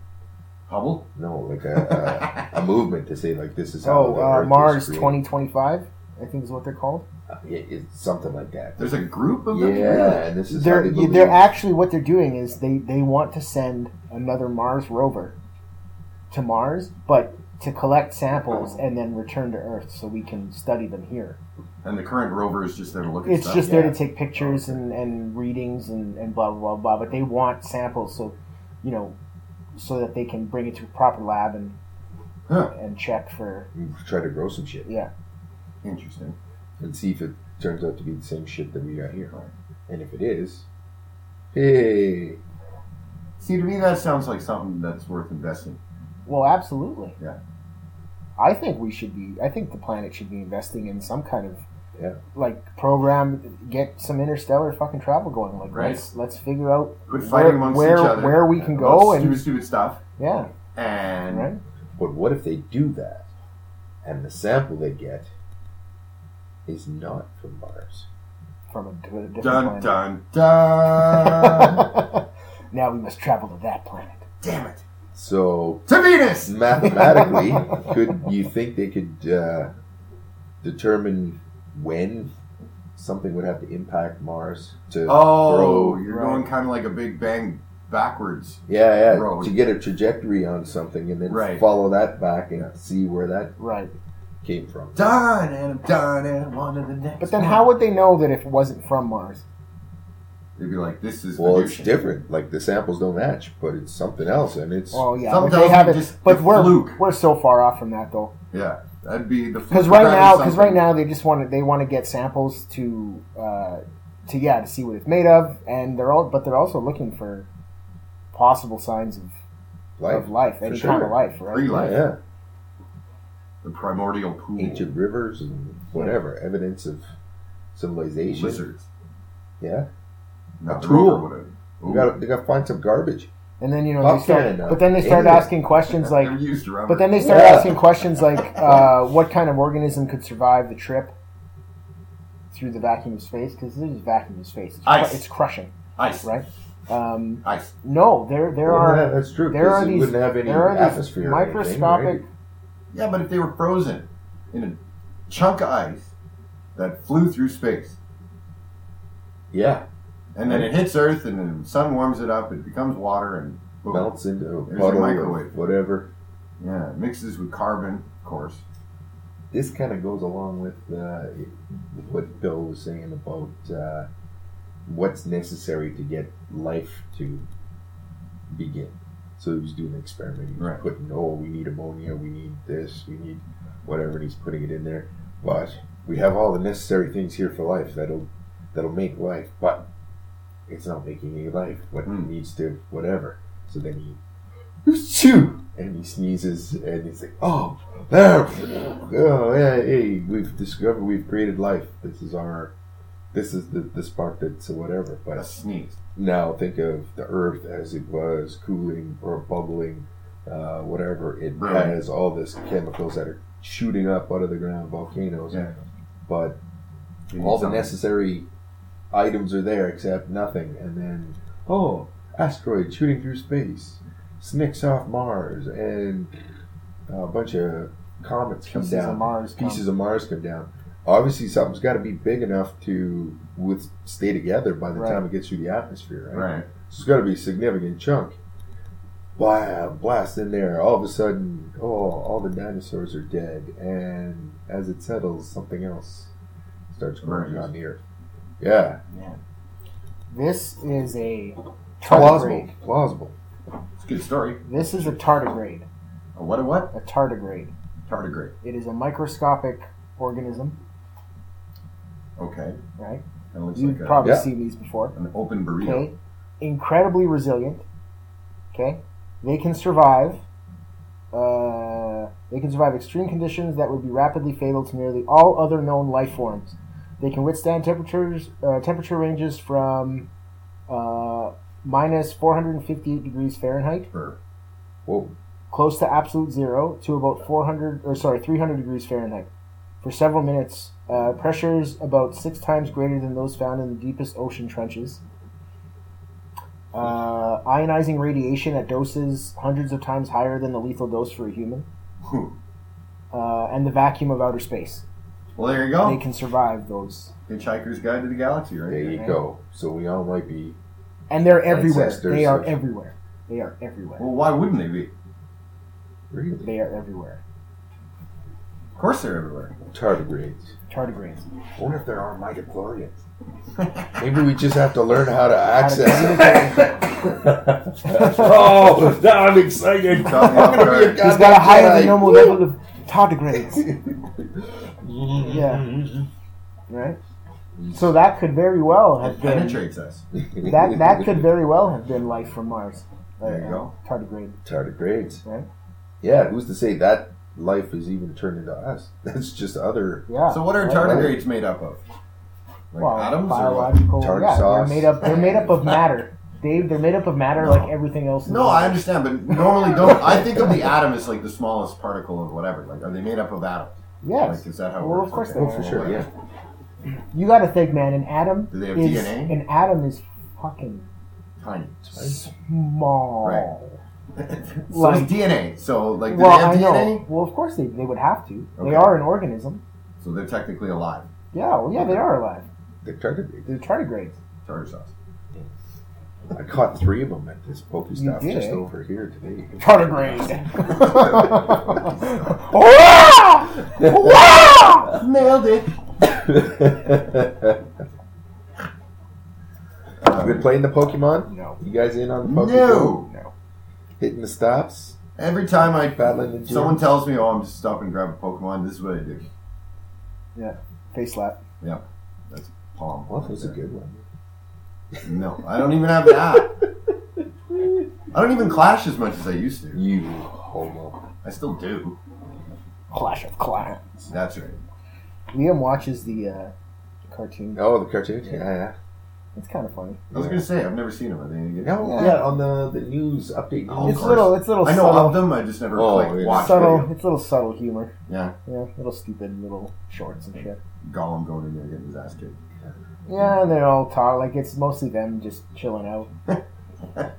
S3: Hubble.
S2: no like a a, a movement to say like this is how
S1: Oh,
S2: the
S1: uh,
S2: Earth was
S1: Mars
S2: created.
S1: 2025, I think is what they're called.
S2: Uh, it- it's something like that.
S3: There's a group of them.
S2: Yeah, and this is how
S1: They're,
S2: they believe.
S1: they're actually, what they're doing is they, they want to send another Mars rover to Mars, but to collect samples and then return to Earth so we can study them here.
S3: And the current rover is just there to look at
S1: It's
S3: stuff.
S1: just
S2: yeah.
S1: there to take pictures and, and readings and, and blah, blah, blah, blah. But they want samples, so, you know, so that they can bring it to a proper lab and
S3: Huh.
S1: and check for,
S2: try to grow some shit
S1: yeah.
S3: Interesting.
S2: and see if it turns out to be the same shit that we got here. And if it is, hey,
S3: See, to me, that sounds like something that's worth investing.
S1: Well, absolutely.
S3: Yeah.
S1: I think we should be, I think the planet should be investing in some kind of,
S2: Yeah.
S1: like, program, get some interstellar fucking travel going. Like,
S3: Right.
S1: let's, let's figure out,
S3: Quit fighting
S1: Where-
S3: amongst
S1: where-
S3: each other.
S1: where we can
S3: about
S1: go and-
S3: stupid, stupid stuff.
S1: yeah,
S3: And
S1: right?
S2: but what if they do that, and the sample they get is not from Mars?
S1: From a, to a different
S3: dun
S1: planet.
S3: dun dun.
S1: now we must travel to that planet.
S3: Damn it!
S2: So
S3: To Venus.
S2: mathematically, could you think they could uh, determine when something would have to impact Mars to
S3: Oh,
S2: throw.
S3: you're
S1: right.
S3: going kind of like a big bang backwards.
S2: Yeah, yeah.
S3: Road.
S2: To get a trajectory on something and then
S3: Right.
S2: follow that back and
S3: Yeah.
S2: see where that
S1: Right.
S2: came from.
S3: Done and I'm done and I'm on to the next.
S1: But then
S3: one.
S1: how would they know that if it wasn't from Mars?
S3: They'd be like, this is
S2: Well, it's
S3: Venusian.
S2: different. Like the samples don't match, but it's something else, and it's
S1: Oh yeah,
S3: Sometimes
S1: but they
S3: we
S1: haven't.
S3: just-
S1: but
S3: the
S1: we're
S3: fluke.
S1: we're so far off from that though.
S3: Yeah, that'd be the
S1: Because right now, because right now they just want to they want to get samples to uh, to yeah to see what it's made of, and they're all but they're also looking for possible signs of
S2: life.
S1: of life,
S2: for
S1: any
S2: sure.
S1: kind of life, right?
S3: Free life.
S2: Yeah,
S3: the primordial pool
S2: ancient rivers and whatever evidence of civilization.
S3: lizards.
S2: Yeah,
S3: Not
S2: A
S3: the rover
S2: tool.
S3: would've.
S2: you
S3: Ooh,
S2: got they got to find some garbage.
S1: And then you know
S2: Up
S1: they start,
S2: Canada.
S1: but then they start
S2: Idiot.
S1: asking questions like,
S3: they're used around.
S1: but then they start
S2: Yeah.
S1: asking questions like, uh, what kind of organism could survive the trip through the vacuum of space? Because this is vacuum of space. It's, cru-
S3: Ice.
S1: it's crushing,
S3: ice,
S1: right? Um,
S3: Ice.
S1: no, there there
S2: Well,
S1: are
S2: yeah, that's true.
S1: there are
S2: because it
S1: these
S2: wouldn't have any
S1: there are these
S2: atmosphere. or anything,
S1: microscopic
S2: right?
S3: Yeah, but if they were frozen in a chunk of ice that flew through space,
S2: Yeah,
S3: and then it hits Earth, and then the sun warms it up, it becomes water, and boom.
S2: melts into a
S3: There's a
S2: puddle or
S3: microwave.
S2: whatever.
S3: Yeah, it mixes with carbon, of course.
S2: This kind of goes along with uh, what Bill was saying about uh, what's necessary to get life to begin. So he was doing an experiment. He was
S3: Right.
S2: putting, oh, we need ammonia, we need this, we need whatever, and he's putting it in there. But we have all the necessary things here for life that'll that'll make life, but it's not making any life. What
S3: Hmm.
S2: needs to whatever. So then he Shoo! And he sneezes and he's like, oh, there. Oh, yeah, hey, we've discovered, we've created life. This is our, this is the, the spark that's whatever.
S3: A
S2: But
S3: sneeze.
S2: now think of the earth as it was cooling or bubbling, uh, whatever. It
S3: Right.
S2: has all this chemicals that are shooting up out of the ground, volcanoes.
S3: Yeah.
S2: But all the necessary items are there except nothing. And then, oh, asteroid shooting through space, snicks off Mars, and a bunch of comets come
S1: pieces
S2: down.
S1: of Mars. come.
S2: Pieces of Mars come down. Obviously, something's got to be big enough to with stay together by the
S1: Right.
S2: time it gets through the atmosphere, right?
S3: Right.
S2: So it's got to be a significant chunk. Blah, blast in there. All of a sudden, oh, all the dinosaurs are dead. And as it settles, something else starts growing
S3: Emerges.
S2: on the earth. Yeah.
S1: This is a
S2: Plausible.
S1: tardigrade.
S2: Plausible.
S3: It's a good story.
S1: This is a tardigrade.
S3: A what a what?
S1: A tardigrade.
S3: Tardigrade.
S1: It is a microscopic organism,
S3: Okay.
S1: right?
S3: Kind of looks
S1: You've
S3: like a,
S1: probably
S2: yeah.
S1: seen these before.
S3: an open burrito.
S1: Okay. Incredibly resilient. Okay. They can survive. Uh, they can survive extreme conditions that would be rapidly fatal to nearly all other known life forms. They can withstand temperatures, uh, temperature ranges from uh, minus 458 degrees Fahrenheit,
S3: Or
S2: Whoa.
S1: close to absolute zero, to about 400 or sorry 300 degrees Fahrenheit for several minutes. Uh, pressures about six times greater than those found in the deepest ocean trenches. Uh, ionizing radiation at doses hundreds of times higher than the lethal dose for a human,
S3: Whew.
S1: uh, and the vacuum of outer space.
S3: Well, there you
S1: They
S3: go.
S1: can survive those,
S3: Hitchhiker's Guide to the Galaxy,
S2: There
S3: right?
S2: you go. So we all might be.
S1: and they're everywhere.
S2: Ancestors
S1: They are
S2: of-
S1: everywhere. They are everywhere.
S3: Well, why wouldn't they be?
S2: Really?
S1: They are everywhere.
S3: Of course they're everywhere.
S2: Tardigrades.
S1: Tardigrades.
S2: I wonder if there are midichlorians. Maybe we just have to learn how to access it. oh, now I'm excited.
S3: Caught me off guard.
S1: He's got a higher than normal level of tardigrades. Yeah. Right. So that could very well have
S3: It
S1: been
S3: penetrates us.
S1: that. That could very well have been life from Mars. Uh,
S3: There you go.
S1: Tardigrade.
S2: Tardigrades.
S1: Right.
S2: Yeah, who's to say that life is even turned into us? That's just other
S1: Yeah.
S3: So what are
S1: Right.
S3: tardigrades made up of? Like
S1: Well,
S3: atoms or what?
S1: biological.
S2: Tartar
S1: yeah,
S2: sauce.
S1: they're made up. They're made up of matter. Dave, they're made up of matter
S3: No.
S1: like everything else. in the
S3: No,
S1: world.
S3: I understand, but normally don't. I think of the atom as like the smallest particle of whatever. Like, are they made up of atoms? Like,
S1: Yes.
S3: is that how? it
S1: Well,
S3: works?
S1: of course
S3: Okay.
S1: they
S2: Oh, for sure, yeah.
S1: You got to think, man. An atom
S3: Do they have
S1: is
S3: DNA?
S1: an atom is fucking
S3: Tiny.
S1: small.
S3: Right. so
S1: Like-
S3: it's DNA. So like, do
S1: Well,
S3: they
S1: I
S3: have DNA?
S1: know. Well, of course they, they would have to. They
S3: Okay.
S1: are an organism.
S3: So they're technically alive.
S1: Yeah, well, yeah, they are alive.
S2: They're tardigrades.
S1: They're tardigrades.
S3: tartar sauce.
S2: I caught three of them at this Pokestop
S1: You did.
S2: just over here today.
S1: Tardigrade. Wow! Wow!
S3: Nailed it.
S2: you
S3: Um,
S2: been playing the Pokemon?
S1: No.
S2: You guys in on the Pokemon?
S3: No.
S1: No.
S2: Hitting the stops?
S3: Every time I
S2: Battling the gym.
S3: someone tells me, "Oh, I'm just stop and grab a Pokemon," this is what I do.
S1: Face slap.
S3: Palm.
S2: Well, that was a good one.
S3: No, I don't even have that. I don't even clash as much as I used to.
S2: You homo.
S3: I still do.
S1: Clash of Clans.
S3: That's right.
S1: Liam watches the uh, cartoon.
S2: Oh, the cartoon? Yeah, yeah.
S1: It's kind of funny.
S3: I was gonna say I've never seen them. I think.
S2: No, yeah.
S1: Yeah.
S2: on the, the news update.
S3: Oh,
S2: news.
S1: it's little. It's little
S3: I know
S1: subtle.
S3: of them. I just never
S2: Oh,
S3: like
S2: yeah.
S3: watched
S1: subtle.
S3: video.
S1: It's little subtle humor.
S3: Yeah,
S1: Yeah, little stupid little shorts and shit.
S3: Gollum going in there getting his ass kicked.
S1: Yeah, and they're all talk like it's mostly them just chilling out,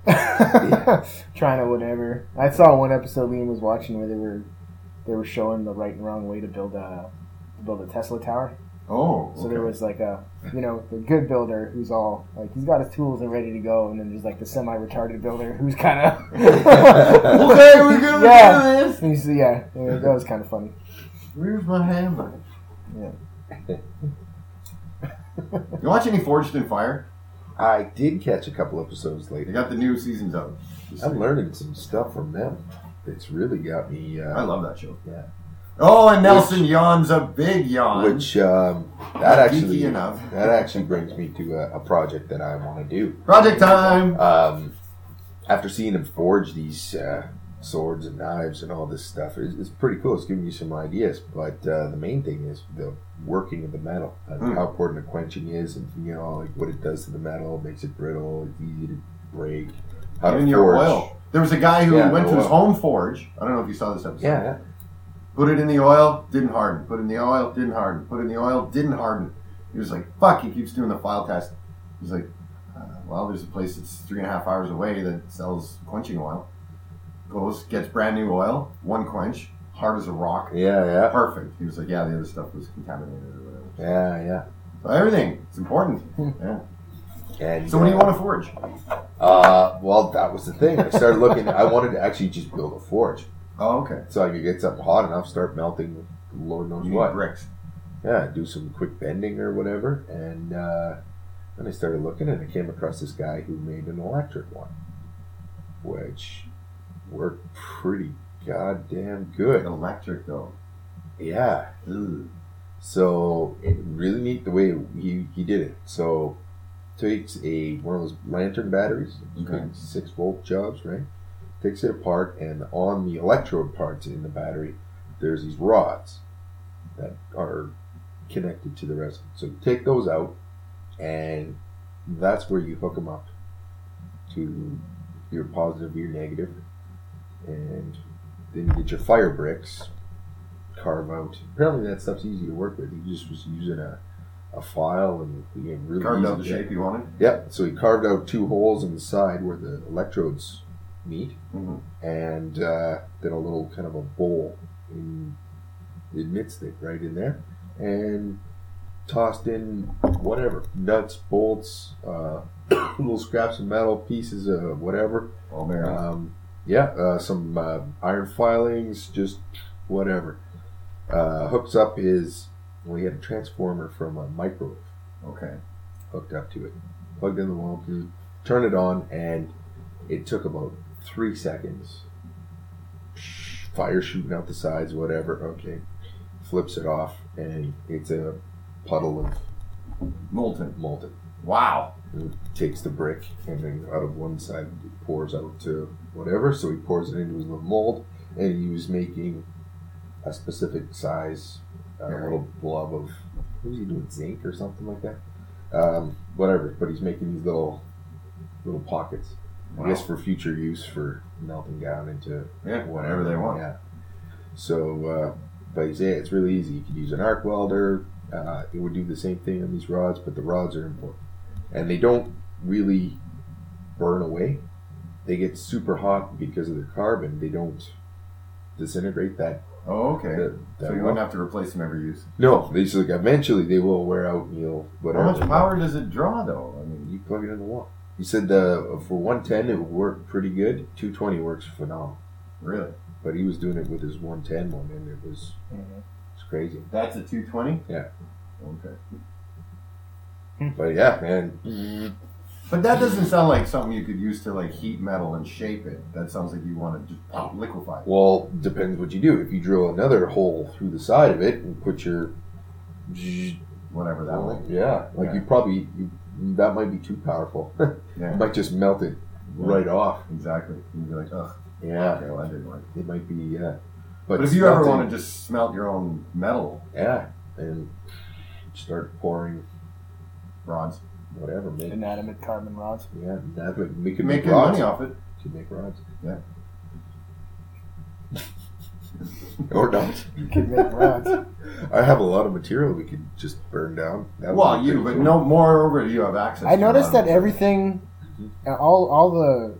S1: trying to whatever. I saw one episode Liam was watching where they were they were showing the right and wrong way to build a to build a Tesla tower.
S3: Oh,
S1: So there
S3: okay.
S1: was like a you know the good builder who's all like he's got his tools and ready to go, and then there's like the semi retarded builder who's kind of
S3: okay, we're gonna
S1: Yeah.
S3: do this.
S1: He's- yeah, yeah, that was kind of funny.
S3: Where's my hammer?
S1: Yeah.
S3: you watch any Forged in Fire?
S2: I did catch a couple episodes
S3: They
S2: later.
S3: got the new seasons out. Just
S2: I'm
S3: saying.
S2: learning some stuff from them. It's really got me.
S3: I
S2: Uh,
S3: love that show.
S2: Yeah.
S3: Oh, and Nelson yawns a big yawn.
S2: which um, that actually
S3: Geeky enough.
S2: that actually brings me to a, a project that I want to do.
S3: Project time.
S2: um, after seeing him forge these uh, swords and knives and all this stuff, it's, it's pretty cool. It's giving you some ideas. But uh, the main thing is the working of the metal, and
S3: Mm.
S2: how important the quenching is, and you know, like what it does to the metal, makes it brittle, it's easy to break. How
S3: Even
S2: to
S3: your
S2: forge.
S3: oil. There was a guy who
S2: Yeah,
S3: went
S2: the
S3: to his
S2: oil.
S3: home forge. I don't know if you saw this episode.
S2: Yeah, yeah.
S3: Put it in the oil, didn't harden. Put it in the oil, didn't harden. Put it in the oil, didn't harden. He was like, fuck, he keeps doing the file test. He's like, uh, well, there's a place that's three and a half hours away that sells quenching oil. Goes, gets brand new oil, one quench, hard as a rock.
S2: yeah, yeah,
S3: Perfect. He was like, yeah, the other stuff was contaminated or whatever.
S2: yeah, yeah.
S3: So everything, it's important. yeah.
S2: And
S3: So what do you
S2: uh,
S3: want to forge?
S2: Uh, well, that was the thing. I started looking. I wanted to actually just build a forge,
S3: Oh, okay.
S2: so I could get something hot enough, start melting. Lord knows
S3: You
S2: what.
S3: need bricks.
S2: yeah, do some quick bending or whatever. And uh, then I started looking and I came across this guy who made an electric one, which worked pretty goddamn good.
S3: Electric, though.
S2: Yeah.
S3: Ooh.
S2: So it really neat the way he, he did it. So takes a one of those lantern batteries,
S3: Okay.
S2: big six volt jobs, right? Takes it apart and on the electrode parts in the battery, there's these rods that are connected to the rest. So you take those out and that's where you hook them up to your positive, your negative, and then you get your fire bricks carve out. Apparently that stuff's easy to work with. He just was using a, a file and you get really
S3: Carved
S2: easy
S3: out the
S2: to-
S3: shape you wanted?
S2: Yep. So he carved out two holes in the side where the electrodes meet,
S3: Mm-hmm.
S2: and uh, did a little kind of a bowl in the midst of it, right in there, and tossed in whatever nuts, bolts, uh, little scraps of metal, pieces of whatever.
S3: All bare iron.
S2: Um, yeah, uh, some uh, iron filings, just whatever. Uh, hooks up his. We had a transformer from a microwave
S3: Okay.
S2: hooked up to it. Plugged in the wall, turned it on, and it took about three seconds. Fire shooting out the sides, whatever. Okay, flips it off, and it's a puddle of
S3: Molten.
S2: molten.
S3: Wow.
S2: And it takes the brick, and then out of one side it pours out to whatever. So he pours it into his little mold, and he was making a specific size, uh,
S3: Alright.
S2: little blob of what was he doing, zinc or something like that, um, whatever. But he's making these little little pockets, I guess,
S3: Wow.
S2: for future use for melting down into
S3: Yeah, whatever they want.
S2: yeah. So, uh, but you say it's really easy. You could use an arc welder. Uh, it would do the same thing on these rods, but the rods are important, and they don't really burn away. They get super hot because of the carbon. They don't disintegrate that
S3: Oh, okay.
S2: That- that
S3: So you
S2: one-
S3: wouldn't have to replace them every use.
S2: No, they just like eventually they will wear out and you'll
S3: How
S2: whatever.
S3: much power does it draw, though? I mean,
S2: You plug it in the wall. You said uh, for 110 it worked pretty good. 220 works phenomenal.
S3: really?
S2: But he was doing it with his 110 one and it was
S1: Mm-hmm.
S2: it's crazy.
S3: That's a 220?
S2: Yeah.
S3: Okay.
S2: But yeah, man.
S3: But that doesn't sound like something you could use to like heat metal and shape it. That sounds like you want to just pop, liquefy it.
S2: Well, depends what you do. If you drill another hole through the side of it and put your yeah,
S3: Whatever that way.
S2: like
S3: Yeah.
S2: you probably you, that might be too powerful.
S3: Yeah.
S2: It might just melt it right off.
S3: Exactly. You'd be like, ugh,
S2: Yeah,
S3: okay, well, that didn't work.
S2: it might be yeah.
S3: But, if you ever
S2: smelting-
S3: want to just smelt your own metal
S2: Yeah, and start pouring
S3: rods,
S2: whatever, make
S1: Inanimate carbon rods.
S2: yeah, that would we
S3: you
S2: could
S3: can make
S2: make,
S3: good
S2: rods.
S3: money off it.
S2: Could make rods.
S3: Yeah.
S2: or not.
S1: You can make rods.
S2: I have a lot of material we could just burn down. That would
S3: Well,
S2: be
S3: you,
S2: pretty
S3: but
S2: cool.
S3: no more over you have access.
S1: I
S3: to
S1: noticed that
S3: rods.
S1: everything, uh, all all the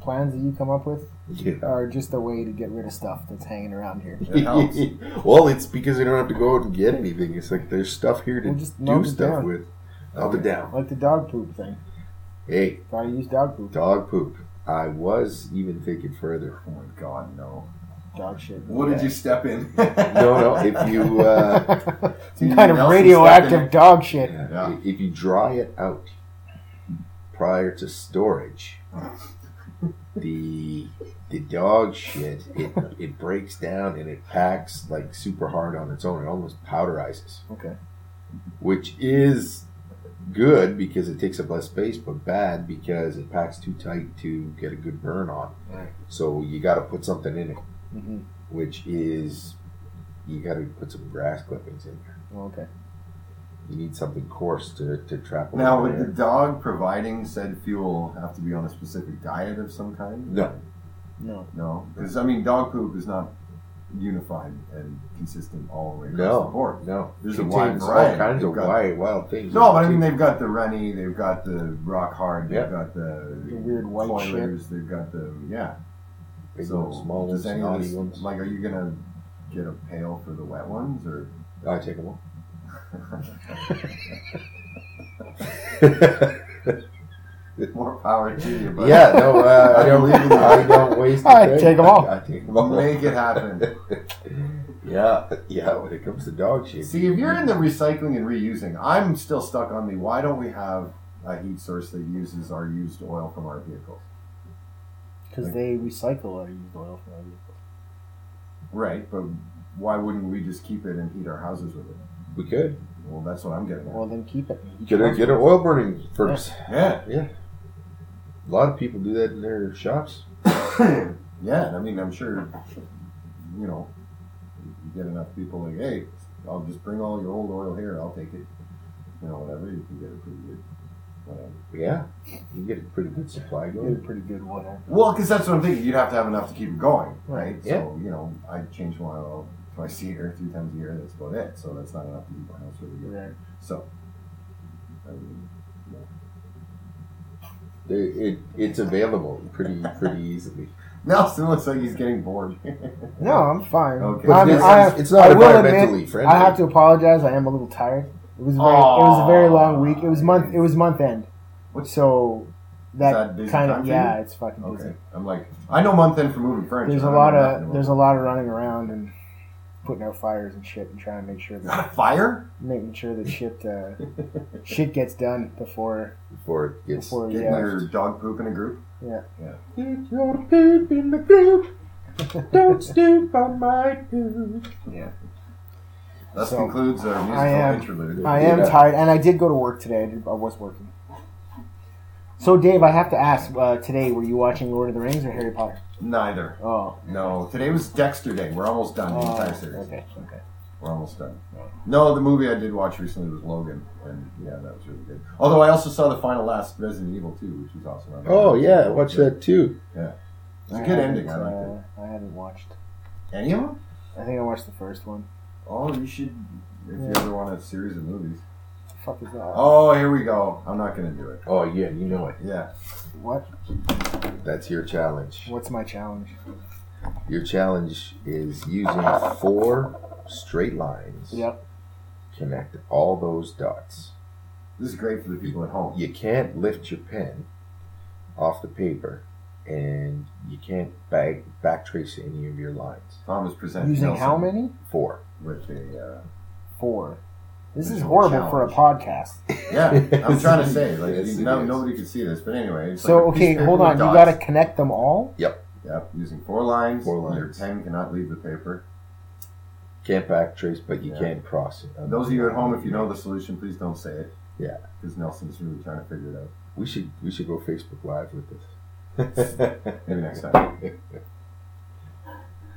S1: plans that you come up with
S2: Yeah.
S1: are just a way to get rid of stuff that's hanging around here.
S3: It helps.
S2: well, it's because I don't have to go out and get anything. It's like there's stuff here to
S1: We'll just
S2: do
S1: melt it
S2: stuff
S1: down.
S2: with. Melt it down.
S1: Like the dog poop thing.
S2: Hey,
S1: Gotta use dog poop.
S2: dog poop. I was even thinking further.
S3: Oh my god, no.
S1: Dog shit.
S3: What did you step in?
S2: No, no. If you uh,
S1: Some kind of radioactive dog shit.
S3: Yeah.
S2: If you dry it out prior to storage, the the dog shit it, it breaks down and it packs like super hard on its own. It almost powderizes,
S1: Okay.
S2: which is good because it takes up less space, but bad because it packs too tight to get a good burn on.
S1: Right.
S2: So you got to put something in it,
S1: Mm-hmm.
S2: which is you got to put some grass clippings in there.
S1: Okay.
S2: You need something coarse to, to trap. away
S3: Now,
S2: the
S3: would the
S2: air.
S3: dog providing said fuel have to be on a specific diet of some kind?
S2: no,
S1: No.
S3: No, because I mean, dog poop is not unified and consistent all the way across
S2: No,
S3: the board.
S2: no.
S3: There's a
S2: Contains
S3: wide variety.
S2: All kinds of
S3: They've got-
S2: wild, wild things.
S3: No, but I mean, they've got the runny, they've got the rock hard, they've
S2: Yeah.
S3: got the,
S1: The weird white
S3: coilers, they've got the yeah.
S2: big
S3: so
S2: ones, small ones,
S3: does any of
S2: naughty
S3: this,
S2: ones.
S3: like, are you gonna get a pail for the wet ones or?
S2: I take them all.
S3: More power to you, but
S2: yeah, no, uh, I don't.
S3: Unbelievable.
S2: I don't waste. a
S1: I
S2: thing.
S1: take 'em all.
S2: I take 'em all.
S3: make it happen.
S2: Yeah, yeah. When it comes to dog shit,
S3: See, if you're in the recycling and reusing, I'm still stuck on the why don't we have a heat source that uses our used oil from our vehicles?
S1: Because they recycle our used oil from our vehicles.
S3: Right, but why wouldn't we just keep it and heat our houses with it?
S2: we could
S3: Well, that's what I'm getting at.
S1: Well, then keep it.
S2: get a, get an oil burning furnace.
S3: Yeah,
S2: A lot of people do that in their shops.
S3: yeah. and I mean, I'm sure, you know, you get enough people like, hey, I'll just bring all your old oil here. I'll take it. You know, whatever. You can get it pretty good. Whatever.
S2: Yeah, you get a pretty good supply
S1: Get a
S2: going.
S1: pretty good one. huh?
S3: Well, because that's what I'm thinking. You'd have to have enough to keep it going, right?
S2: Yeah.
S3: So, you know, I change my oil twice a year, three times a year. That's about it. So that's not enough to heat my house for the year.
S1: Right.
S3: So, I mean,
S2: They- It, it's available pretty pretty easily.
S3: Nelson looks like he's getting bored.
S1: No, I'm fine.
S3: Okay.
S2: But
S1: I'm,
S2: this
S1: I,
S2: is- it's not
S1: I will
S2: environmentally
S1: admit,
S2: friendly.
S1: I have to apologize. I am a little tired. It was very, it was a very long week. It was month. It was month end.
S3: What-
S1: So that,
S3: that busy
S1: kind
S3: time
S1: of
S3: for
S1: yeah,
S3: you?
S1: it's fucking busy.
S3: okay. I'm like, I know month end for moving furniture.
S1: There's
S3: I
S1: a
S3: don't
S1: lot
S3: know
S1: of
S3: nothing
S1: there's
S3: about-
S1: a lot of running around and putting out fires and shit and trying to make sure that,
S3: Got a fire?
S1: making sure that shit uh, shit gets done before
S2: Before it gets
S1: Before it
S3: Getting
S1: Yeah.
S3: your dog poop in a group?
S2: Get your poop in the group. Don't stoop on my poop.
S3: That
S1: So,
S3: concludes our musical
S1: I am-
S3: interlude.
S1: I am
S2: Yeah.
S1: tired, and I did go to work today. I, did, I was working. So, Dave, I have to ask uh, today: Were you watching Lord of the Rings or Harry Potter?
S3: Neither.
S1: Oh,
S3: No, today was Dexter Day. We're almost done the
S1: oh,
S3: entire series.
S1: okay, okay.
S3: We're almost done.
S1: Yeah.
S3: No, the movie I did watch recently was Logan, and yeah, that was really good. Although I also saw the final last Resident Evil 2, which was also on
S2: Oh yeah, watch that too.
S3: It's a good
S1: I
S3: ending. I
S1: haven't,
S3: liked it.
S1: uh, I haven't watched.
S3: Any of them?
S1: I think I watched the first one.
S3: Oh, you should. If you
S1: Yeah.
S3: ever want a series of movies.
S1: Fuck is that?
S3: Oh, here we go. I'm not gonna do it.
S2: Oh yeah, you know it.
S3: Yeah.
S1: What?
S2: That's your challenge.
S1: What's my challenge?
S2: Your challenge is using four straight lines.
S1: Yep.
S2: Connect all those dots.
S3: This is great for the people at home.
S2: You can't lift your pen off the paper, and you can't back backtrace any of your lines.
S3: Tom is presenting
S1: Using
S3: Nelson
S1: how many?
S2: Four.
S3: with a uh,
S1: Four. This is
S3: Visual
S1: horrible for a podcast.
S3: uh, yeah. I'm trying to say like
S2: Yes, it
S3: no,
S2: is.
S3: nobody could see this, but anyway. it's
S1: So
S3: like a piece
S1: okay,
S3: of
S1: hold
S3: paper
S1: on. You
S3: with
S1: gotta
S3: dots.
S1: connect them all.
S3: Yep, using four lines.
S2: Four
S3: Your
S2: lines.
S3: pen cannot leave the paper.
S2: Can't backtrace, but you
S3: Yeah.
S2: can cross it.
S3: Those of you at home, if you know the solution, please don't say it.
S2: Yeah.
S3: Because Nelson's really trying to figure it out.
S2: we should we should go Facebook Live with this.
S3: Maybe next time.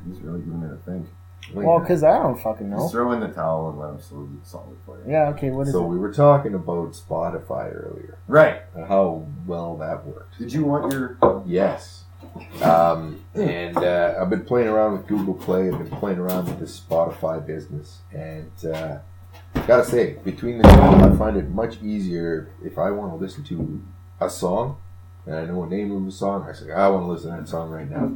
S3: He's really giving it a think.
S1: Well, because I don't fucking know.
S3: Just throw in the towel and let him solve it, solve it for you.
S1: Yeah. Okay. What is
S2: so
S1: it?
S2: we were talking about Spotify earlier
S3: Right.
S2: and how well that worked.
S3: Did you want your?
S2: Yes. Um, and uh, I've been playing around with Google Play. I've been playing around with this Spotify business, and uh, gotta say, between the two, I find it much easier if I want to listen to a song and I know a name of a song. I say I want to listen to that song right now.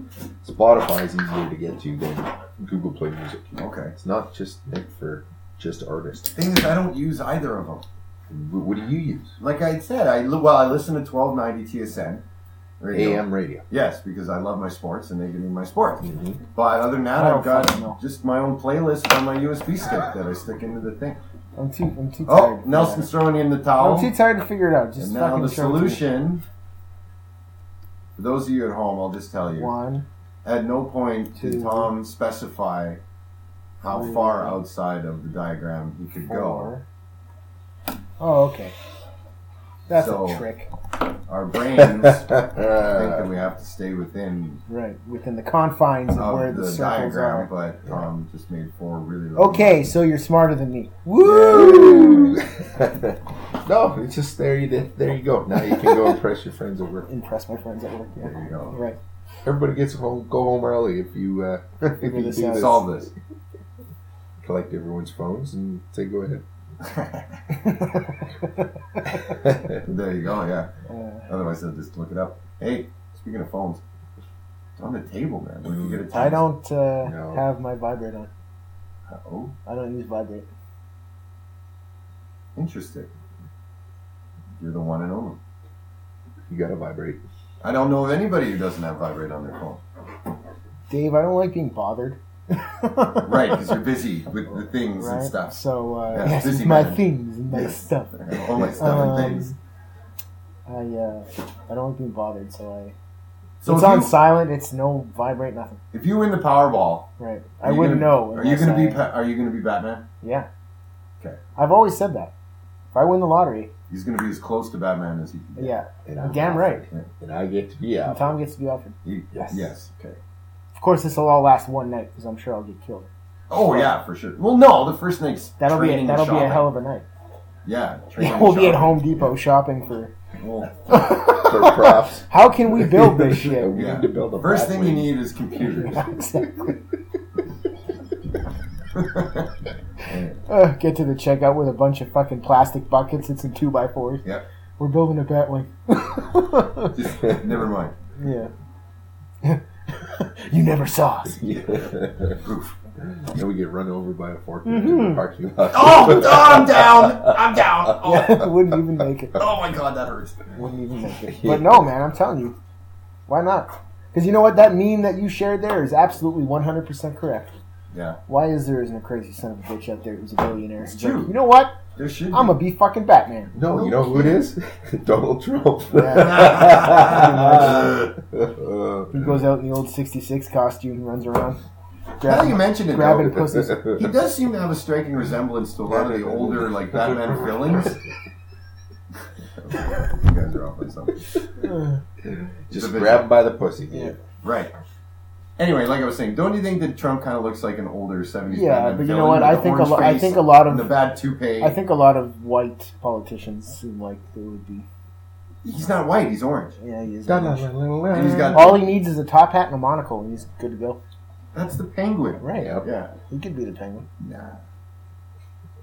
S2: Spotify is easier to get to than Google Play Music.
S3: Okay.
S2: It's not just meant for just artists.
S3: Thing is, I don't use either of them.
S2: Wh- What do you use?
S3: Like I said, I li- well, I listen to 1290 TSN. radio.
S2: AM radio.
S3: Yes, because I love my sports and they give me my sports.
S2: hmm
S3: But other than
S1: Mm-hmm.
S3: that,
S1: I don't
S3: I've got
S1: fucking know.
S3: just my own playlist on my USB stick that I stick into the thing.
S1: I'm too. I'm too tired.
S3: Oh,
S1: to
S3: Nelson's
S1: figure
S3: throwing in the
S1: it out.
S3: towel.
S1: I'm too tired to figure it out. Just
S3: And now
S1: fucking
S3: the
S1: show it to me.
S3: solution. For those of you at home, I'll just tell you.
S1: One.
S3: At no point did
S1: Two.
S3: Tom specify how
S1: Three.
S3: far outside of the diagram he could go.
S1: Four. Oh, okay. That's
S3: So-
S1: a trick.
S3: Our brains think that we have to stay within
S1: Right. Within the confines of, where
S3: of
S1: the,
S3: the
S1: circles
S3: diagram,
S1: are.
S3: but Tom just made four really long
S1: Okay, so you're smarter than me. Woo!
S2: Woo! no, it's just there. You there you go. Now you can go impress your friends at work.
S1: Impress my friends at work. Yeah.
S3: There you go.
S1: Right.
S2: Everybody gets home. Go home early if you uh, if you
S1: Figure
S2: do
S1: this out.
S2: this.
S3: Solve this.
S2: Collect everyone's phones and say, "Go ahead."
S3: there you go, yeah.
S1: Uh,
S3: Otherwise, I'll just look it up. Hey, speaking of phones, it's on the table, man. What if you get a text?
S1: I don't uh,
S2: No.
S1: have my vibrate on.
S3: Oh,
S1: I don't use vibrate.
S3: interesting. You're the one and only.
S2: You gotta vibrate.
S3: I don't know of anybody who doesn't have vibrate on their phone.
S1: Dave, I don't like being bothered.
S3: Right, because you're busy with the things and stuff.
S1: So, uh,
S3: Yeah,
S1: yes,
S3: busy
S1: my
S3: man.
S1: things and my
S3: Yes.
S1: stuff.
S3: All my stuff
S1: Um,
S3: and things.
S1: I, uh, I don't like being bothered, so I.
S3: So
S1: it's
S3: if,
S1: on
S3: you,
S1: silent. It's no vibrate, nothing.
S3: if you win the Powerball,
S1: Right.
S3: are
S1: I
S3: you
S1: wouldn't
S3: gonna-
S1: know.
S3: Are you
S1: unless
S3: going to be?
S1: I-
S3: Pa- Are you going to be Batman?
S1: Yeah.
S3: Okay.
S1: I've always said that. If I win the lottery,
S3: He's going to be as close to Batman as he can. get.
S1: yeah,
S2: And
S1: I'm damn
S2: Alfred.
S1: right.
S2: And I get to be
S1: And
S2: out.
S1: Tom gets to be offered.
S3: He-
S2: Yes.
S3: Yes. Okay.
S1: Of course, this will all last one night because I'm sure I'll get killed.
S3: Oh yeah, for sure. Well, no, the first night's
S1: That'll be
S3: training
S1: a,
S3: and
S1: that'll be a
S3: shopping.
S1: hell of a night.
S3: Yeah, training
S1: Yeah, we'll
S3: and
S1: be at Home
S3: shopping.
S1: Depot shopping for.
S3: Well,
S2: For props.
S1: How can we build this shit?
S2: we
S3: Yeah.
S2: need to build a
S3: first
S2: bat
S3: thing you
S2: wing.
S3: need is computers.
S1: Exactly. Uh, get to the checkout with a bunch of fucking plastic buckets and some two by fours.
S3: Yep.
S1: We're building a bat wing.
S3: Just never mind.
S1: yeah. you never saw us.
S3: Oof.
S2: and we get run over by a forklift in
S1: Mhm.
S2: the parking lot.
S3: Oh, oh, I'm down. I'm down. Oh,
S1: Yeah, wouldn't even make it.
S3: oh my god, that hurts.
S1: Wouldn't even make it. But no, man, I'm telling you. Why not? Because you know what? That meme that you shared there is absolutely 100% correct.
S3: Yeah.
S1: Why is there isn't a crazy son of a bitch out there who's a billionaire?
S3: It's true.
S1: You know what?
S3: There should.
S1: I'm gonna be fucking Batman.
S2: No, you know who it is? Donald Trump.
S1: Yeah. He
S2: Uh,
S1: goes out in the old 66 costume and runs around.
S3: Now that you
S1: Grabbing,
S3: mentioned it,
S1: grabbing
S3: though,
S1: pussies.
S3: he does seem to have a striking resemblance to a lot of the older, like Batman villains. you guys are off by something.
S1: Ugh.
S2: Just grab him by the pussy.
S1: Yeah.
S3: Right. Anyway, like I was saying, don't you think that Trump kind of looks like an older '70s?
S1: Yeah,
S3: Batman
S1: but you know
S3: villain
S1: what?
S3: with
S1: I
S3: the
S1: think a
S3: orange
S1: lo- I
S3: face
S1: think a lot
S3: and
S1: of-
S3: the bad toupee.
S1: I think a lot of white politicians seem like they would be.
S3: he's not white; he's orange.
S1: Yeah, he is.
S3: And he's got-
S1: All he needs is a top hat and a monocle, and he's good to go.
S3: That's the penguin.
S1: Right.
S2: Yep.
S3: Yeah.
S1: He could be the penguin.
S3: Nah.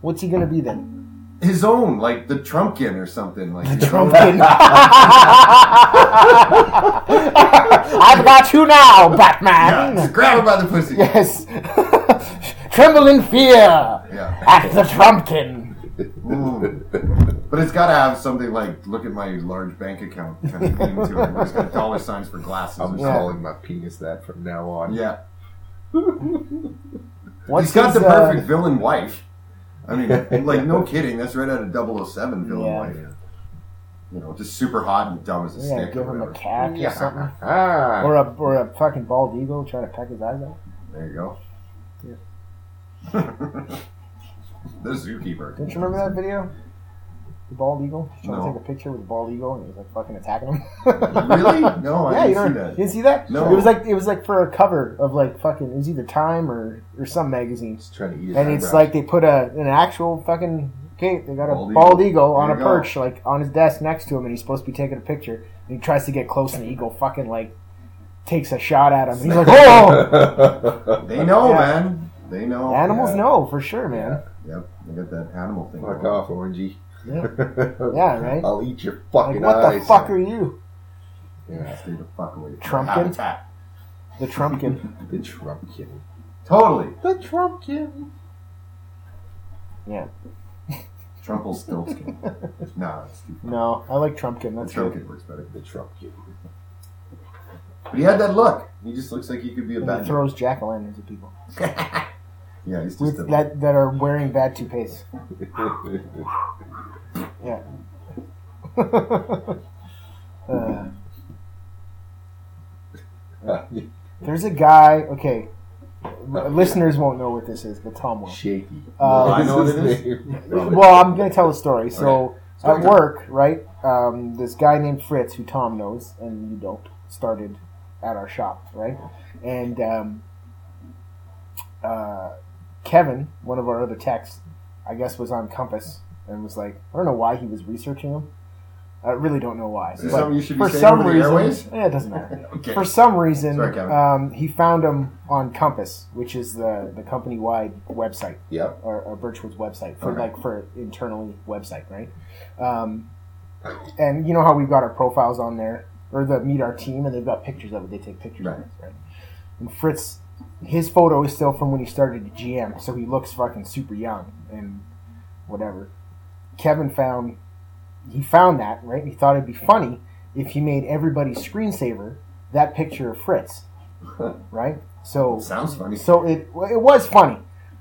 S1: What's he gonna be then?
S3: his own, like the Trumpkin or something. Like his own-
S1: Trumpkin. I've got you now, Batman.
S3: Yeah, just grab her by the pussy. Yeah.
S1: Yes. Tremble in fear at the Trumpkin.
S3: Ooh. But it's got to have something like "Look at my large bank account" kind of thing to it. Where it's got dollar signs for glasses.
S2: I'm
S3: Or
S1: Yeah.
S2: calling my penis that from now on.
S3: something. Yeah,
S1: What's
S3: he's got
S1: his,
S3: the
S1: uh,
S3: perfect villain wife. I mean, like no kidding. That's right out of 007 villain
S1: Yeah.
S3: wife. You know, just super hot and dumb as a
S1: yeah,
S3: stick.
S1: give
S3: or
S1: him a
S3: whatever.
S1: cat or something.
S2: Ah.
S1: Or a, or a fucking bald eagle trying to peck his eyes out.
S3: There you go.
S1: Yeah.
S3: the zookeeper.
S1: Don't you remember that video? The bald eagle? He's trying
S3: No.
S1: to take a picture with a bald eagle and he was like fucking attacking him.
S3: Really? No, I
S1: yeah, you
S3: didn't
S1: don't-
S3: see that.
S1: didn't see that?
S3: No.
S1: It was like it was like for a cover of like fucking it was either Time or or some magazine.
S2: He's trying to eat his
S1: And it's
S2: eyebrow.
S1: like they put a an actual fucking okay, they got a
S3: Bald
S1: bald,
S3: eagle.
S1: eagle, on
S3: There
S1: a
S3: you go.
S1: perch, like on his desk next to him, and he's supposed to be taking a picture. And he tries to get close, and the eagle fucking like takes a shot at him. He's like, "Oh,
S3: They know,
S1: Yeah.
S3: man. They know.
S1: animals
S2: yeah.
S1: know for sure, man."
S3: Yeah. Yep. They got that animal thing.
S2: Fuck
S3: going.
S2: off, Orangey.
S1: Yeah, yeah right.
S2: I'll eat your
S1: Like,
S2: fucking
S1: what
S2: eyes.
S1: the fuck are you,
S2: Yeah,
S3: Stay the fuck away. from
S1: Trumpkin?
S3: my habitat.
S1: the Trumpkin?
S2: the Trumpkin.
S3: Totally.
S2: The Trumpkin.
S1: yeah,
S3: Trumple Stiltskin. nah, it's stupid.
S1: no, I like Trumpkin. That's good.
S3: Trumpkin works better.
S2: The Trumpkin.
S3: But he had that look. He just looks like he could be a
S1: And he
S3: bad
S1: throws jack o' lanterns at people
S3: Yeah, he's just
S1: with,
S3: a,
S1: that that are wearing bad toupees. Yeah. uh, there's a guy. Okay, r- listeners won't know what this is, but Tom will.
S2: Shaky.
S1: Uh,
S2: What
S3: I know
S2: his
S3: what it
S2: name?
S1: Well, I'm gonna tell a story. So
S3: Story
S1: at
S3: time.
S1: work, right? Um, this guy named Fritz, who Tom knows and you don't, started at our shop, right? And um, uh, Kevin, one of our other techs, I guess was on Compass and was like, I don't know why he was researching him. I really don't know why.
S3: Is this
S1: But
S3: something you should be
S1: for
S3: saying
S1: some
S3: over the
S1: reason,
S3: airways?
S1: yeah, it doesn't matter
S3: okay.
S1: for some reason,
S3: Sorry, Kevin.
S1: um, he found him on Compass, which is the, the company wide website
S2: yep.
S1: or, or Birchwood's website for
S3: Okay.
S1: like for internally website, right? Um, and you know how we've got our profiles on there or the meet our team, and they've got pictures of it. They take pictures
S3: Right.
S1: of us, right? And Fritz, his photo is still from when he started at GM, so he looks fucking super young and whatever. Kevin found he found that right. He thought it'd be funny if he made everybody's screensaver that picture of Fritz, right? So
S3: Sounds funny.
S1: so it well, it was funny.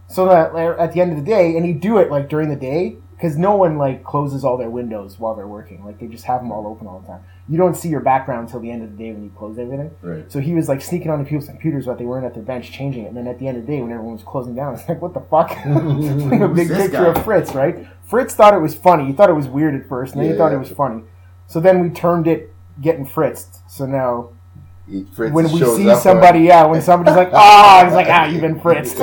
S1: So that like, at the end of the day, and you do it like during the day because no one like closes all their windows while they're working. Like they just have them all open all the time. You don't see your background till the end of the day when you close everything.
S3: Right.
S1: So he was like sneaking onto people's computers while they weren't at their bench changing it. And then at the end of the day, when everyone was closing down, it's like, what the fuck? a big
S3: this
S1: picture
S3: guy?
S1: of Fritz, right? Fritz thought it was funny. He thought it was weird at first, and then
S2: Yeah,
S1: he thought
S2: yeah.
S1: it was funny. So then we termed it getting fritzed. So now
S2: He- Fritz
S1: when we
S2: shows
S1: see
S3: uh,
S2: up
S1: somebody, yeah, when somebody's like, ah, oh, he's like, ah, you've been fritzed.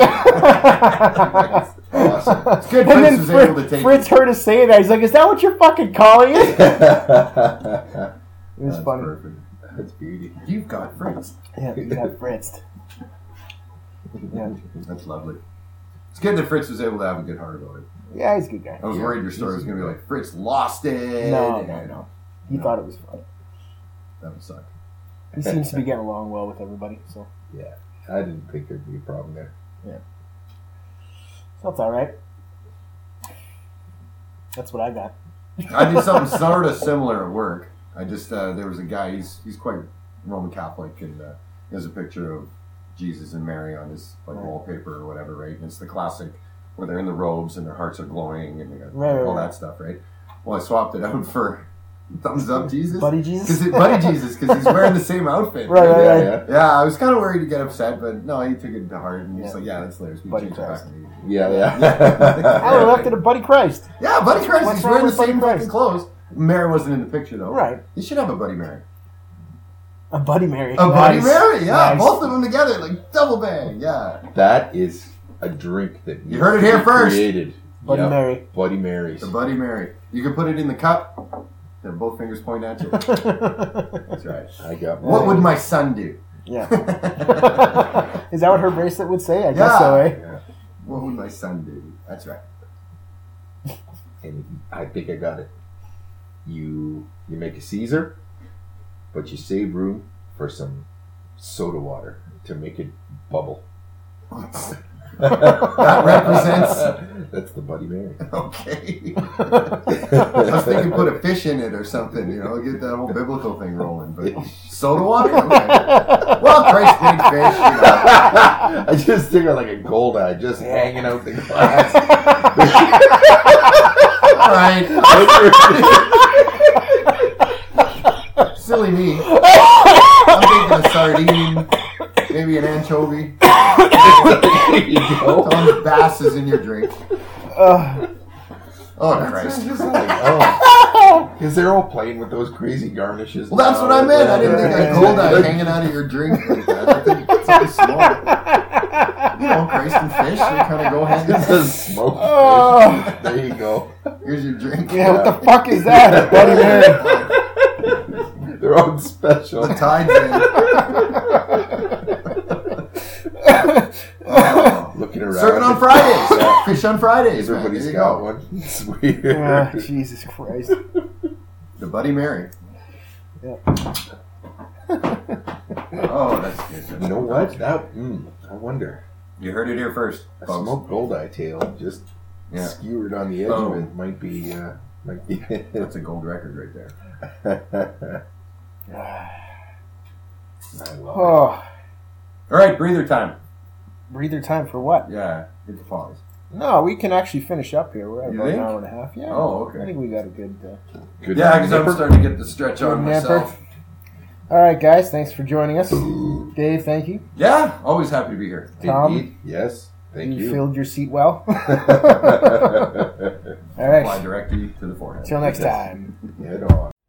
S3: Awesome. It's good
S1: and
S3: Fritz
S1: then
S3: was
S1: Fritz,
S3: able to take
S1: Fritz heard us say that. He's like, is that what you're fucking calling it? It
S2: on-
S1: was
S3: That's
S1: funny.
S3: perfect.
S2: That's beauty.
S3: You've got Fritz.
S1: Yeah, you got fritzed. Yeah.
S3: That's lovely. It's good that Fritz was able to have a good heart about it.
S1: yeah, he's a good guy.
S3: I was
S2: Yeah,
S3: worried your story
S2: he's
S3: was
S2: a
S3: going to be
S2: good
S3: like Fritz lost it.
S1: No, no,
S3: and-
S1: no. He
S3: No.
S1: thought it was funny.
S3: That would suck.
S1: He seems to be getting along well with everybody, so
S2: I didn't think there'd be a problem there.
S1: that's all right. That's what I got.
S3: I did something sort of similar at work. I just uh, there was a guy. He's he's quite Roman Catholic, and uh, he has a picture of Jesus and Mary on his like
S1: Right.
S3: wallpaper or whatever, right? And it's the classic where they're in the robes and their hearts are glowing and they got
S1: Right, right,
S3: all
S1: right.
S3: that stuff, right? Well, I swapped it out for thumbs up Jesus,
S1: Buddy Jesus?
S3: because Buddy Jesus, because he's wearing the same outfit.
S1: Right, right,
S2: yeah,
S1: right.
S2: yeah.
S3: Yeah, I was kind of worried he'd get upset, but no, he took it to heart and he's
S1: Yeah.
S3: like, "Yeah, that's hilarious." We
S1: Buddy
S3: changed it back
S1: Christ.
S3: to me.
S2: Yeah, yeah.
S1: I
S3: Oh.
S1: left it at Buddy Christ.
S3: Yeah, Buddy Christ.
S1: What's
S3: he's
S1: wrong
S3: wearing the
S1: with Buddy
S3: same fucking
S1: Christ?
S3: clothes. Mary wasn't in the picture though.
S1: Right.
S3: You should have a Buddy Mary.
S1: A Buddy Mary.
S3: A Buddy
S1: Nice.
S3: Mary, yeah.
S1: Nice.
S3: Both of them together, like double bang, yeah.
S2: That is a drink that needs
S3: heard it
S2: to
S3: here
S2: be
S3: first.
S2: Created.
S1: Buddy
S2: Yep.
S1: Mary.
S2: Bloody Marys.
S3: The Buddy Mary. You can put it in the cup, then both fingers point at you. That's right.
S2: I got
S3: What
S2: mine.
S3: would my son do?
S1: yeah.
S3: what
S1: Is that what her bracelet would say? I
S3: Yeah.
S1: guess so, eh?
S2: Yeah.
S3: would my son do? That's right.
S2: and I think I got it. You you make a Caesar, but you save room for some soda water to make it bubble. that
S3: represents-
S2: that's the Buddy Mary.
S3: okay. I was thinking put a fish in it or something, you know, get that whole biblical thing rolling. But soda water? Okay. Well, Christ big fish, you know.
S2: I just think of like a gold eye just hanging out the glass.
S3: All right. Silly me. I'm thinking a sardine, maybe an anchovy.
S2: there you go.
S3: Tom's bass is in your drink.
S1: Uh,
S3: Oh, Christ.
S2: Just like, oh. Because they're all playing with those crazy garnishes.
S3: Well, that's
S2: now.
S3: what I meant. I didn't think I
S2: Oh, Yeah.
S3: gold eye hanging out of your drink like that. I think it's something small. You know, Christ and fish, they kind of go hand in
S2: This
S3: hand.
S2: is smoke.
S1: Oh.
S2: There you go.
S3: Here's your drink.
S1: yeah, what the fuck is that? Bloody Mary.
S2: They're on special.
S3: The tide's in. Oh.
S2: Looking around.
S3: Serving on
S2: Yeah.
S3: Fridays. Fish on Fridays. man.
S2: Everybody's
S3: There you
S2: got
S3: go.
S2: one. It's weird.
S1: Ah, Jesus Christ.
S3: The Buddy Mary.
S1: Yeah.
S3: oh, that's good.
S2: You know what? That. Mm, I wonder.
S3: You heard it here first.
S2: A
S3: folks.
S2: smoked goldeye tail just
S3: Yeah.
S2: skewered on the edge
S3: Oh.
S2: of it might be. Uh, might be.
S3: That's a gold record right there.
S2: I love it.
S1: Ah. Oh,
S3: All right, breather time.
S1: breather time for what?
S3: Yeah, hit the pause.
S1: No, we can actually finish up here. We're at
S3: You
S1: about an
S3: think?
S1: hour and a half. Yeah.
S3: Oh,
S1: I
S3: okay.
S1: think we got a good. Uh,
S2: Good
S3: Yeah, because I'm
S2: nipper.
S3: starting to get the stretch on
S1: Good
S3: myself.
S1: All right, guys. Thanks for joining us. Dave, thank you.
S3: Yeah, always happy to be here.
S1: Tom?
S2: Indeed. Yes. Thank you.
S1: filled your seat well. All
S2: Head
S1: right.
S3: Fly directly to the forehead.
S1: Till next
S2: Yes.
S1: time.
S2: on.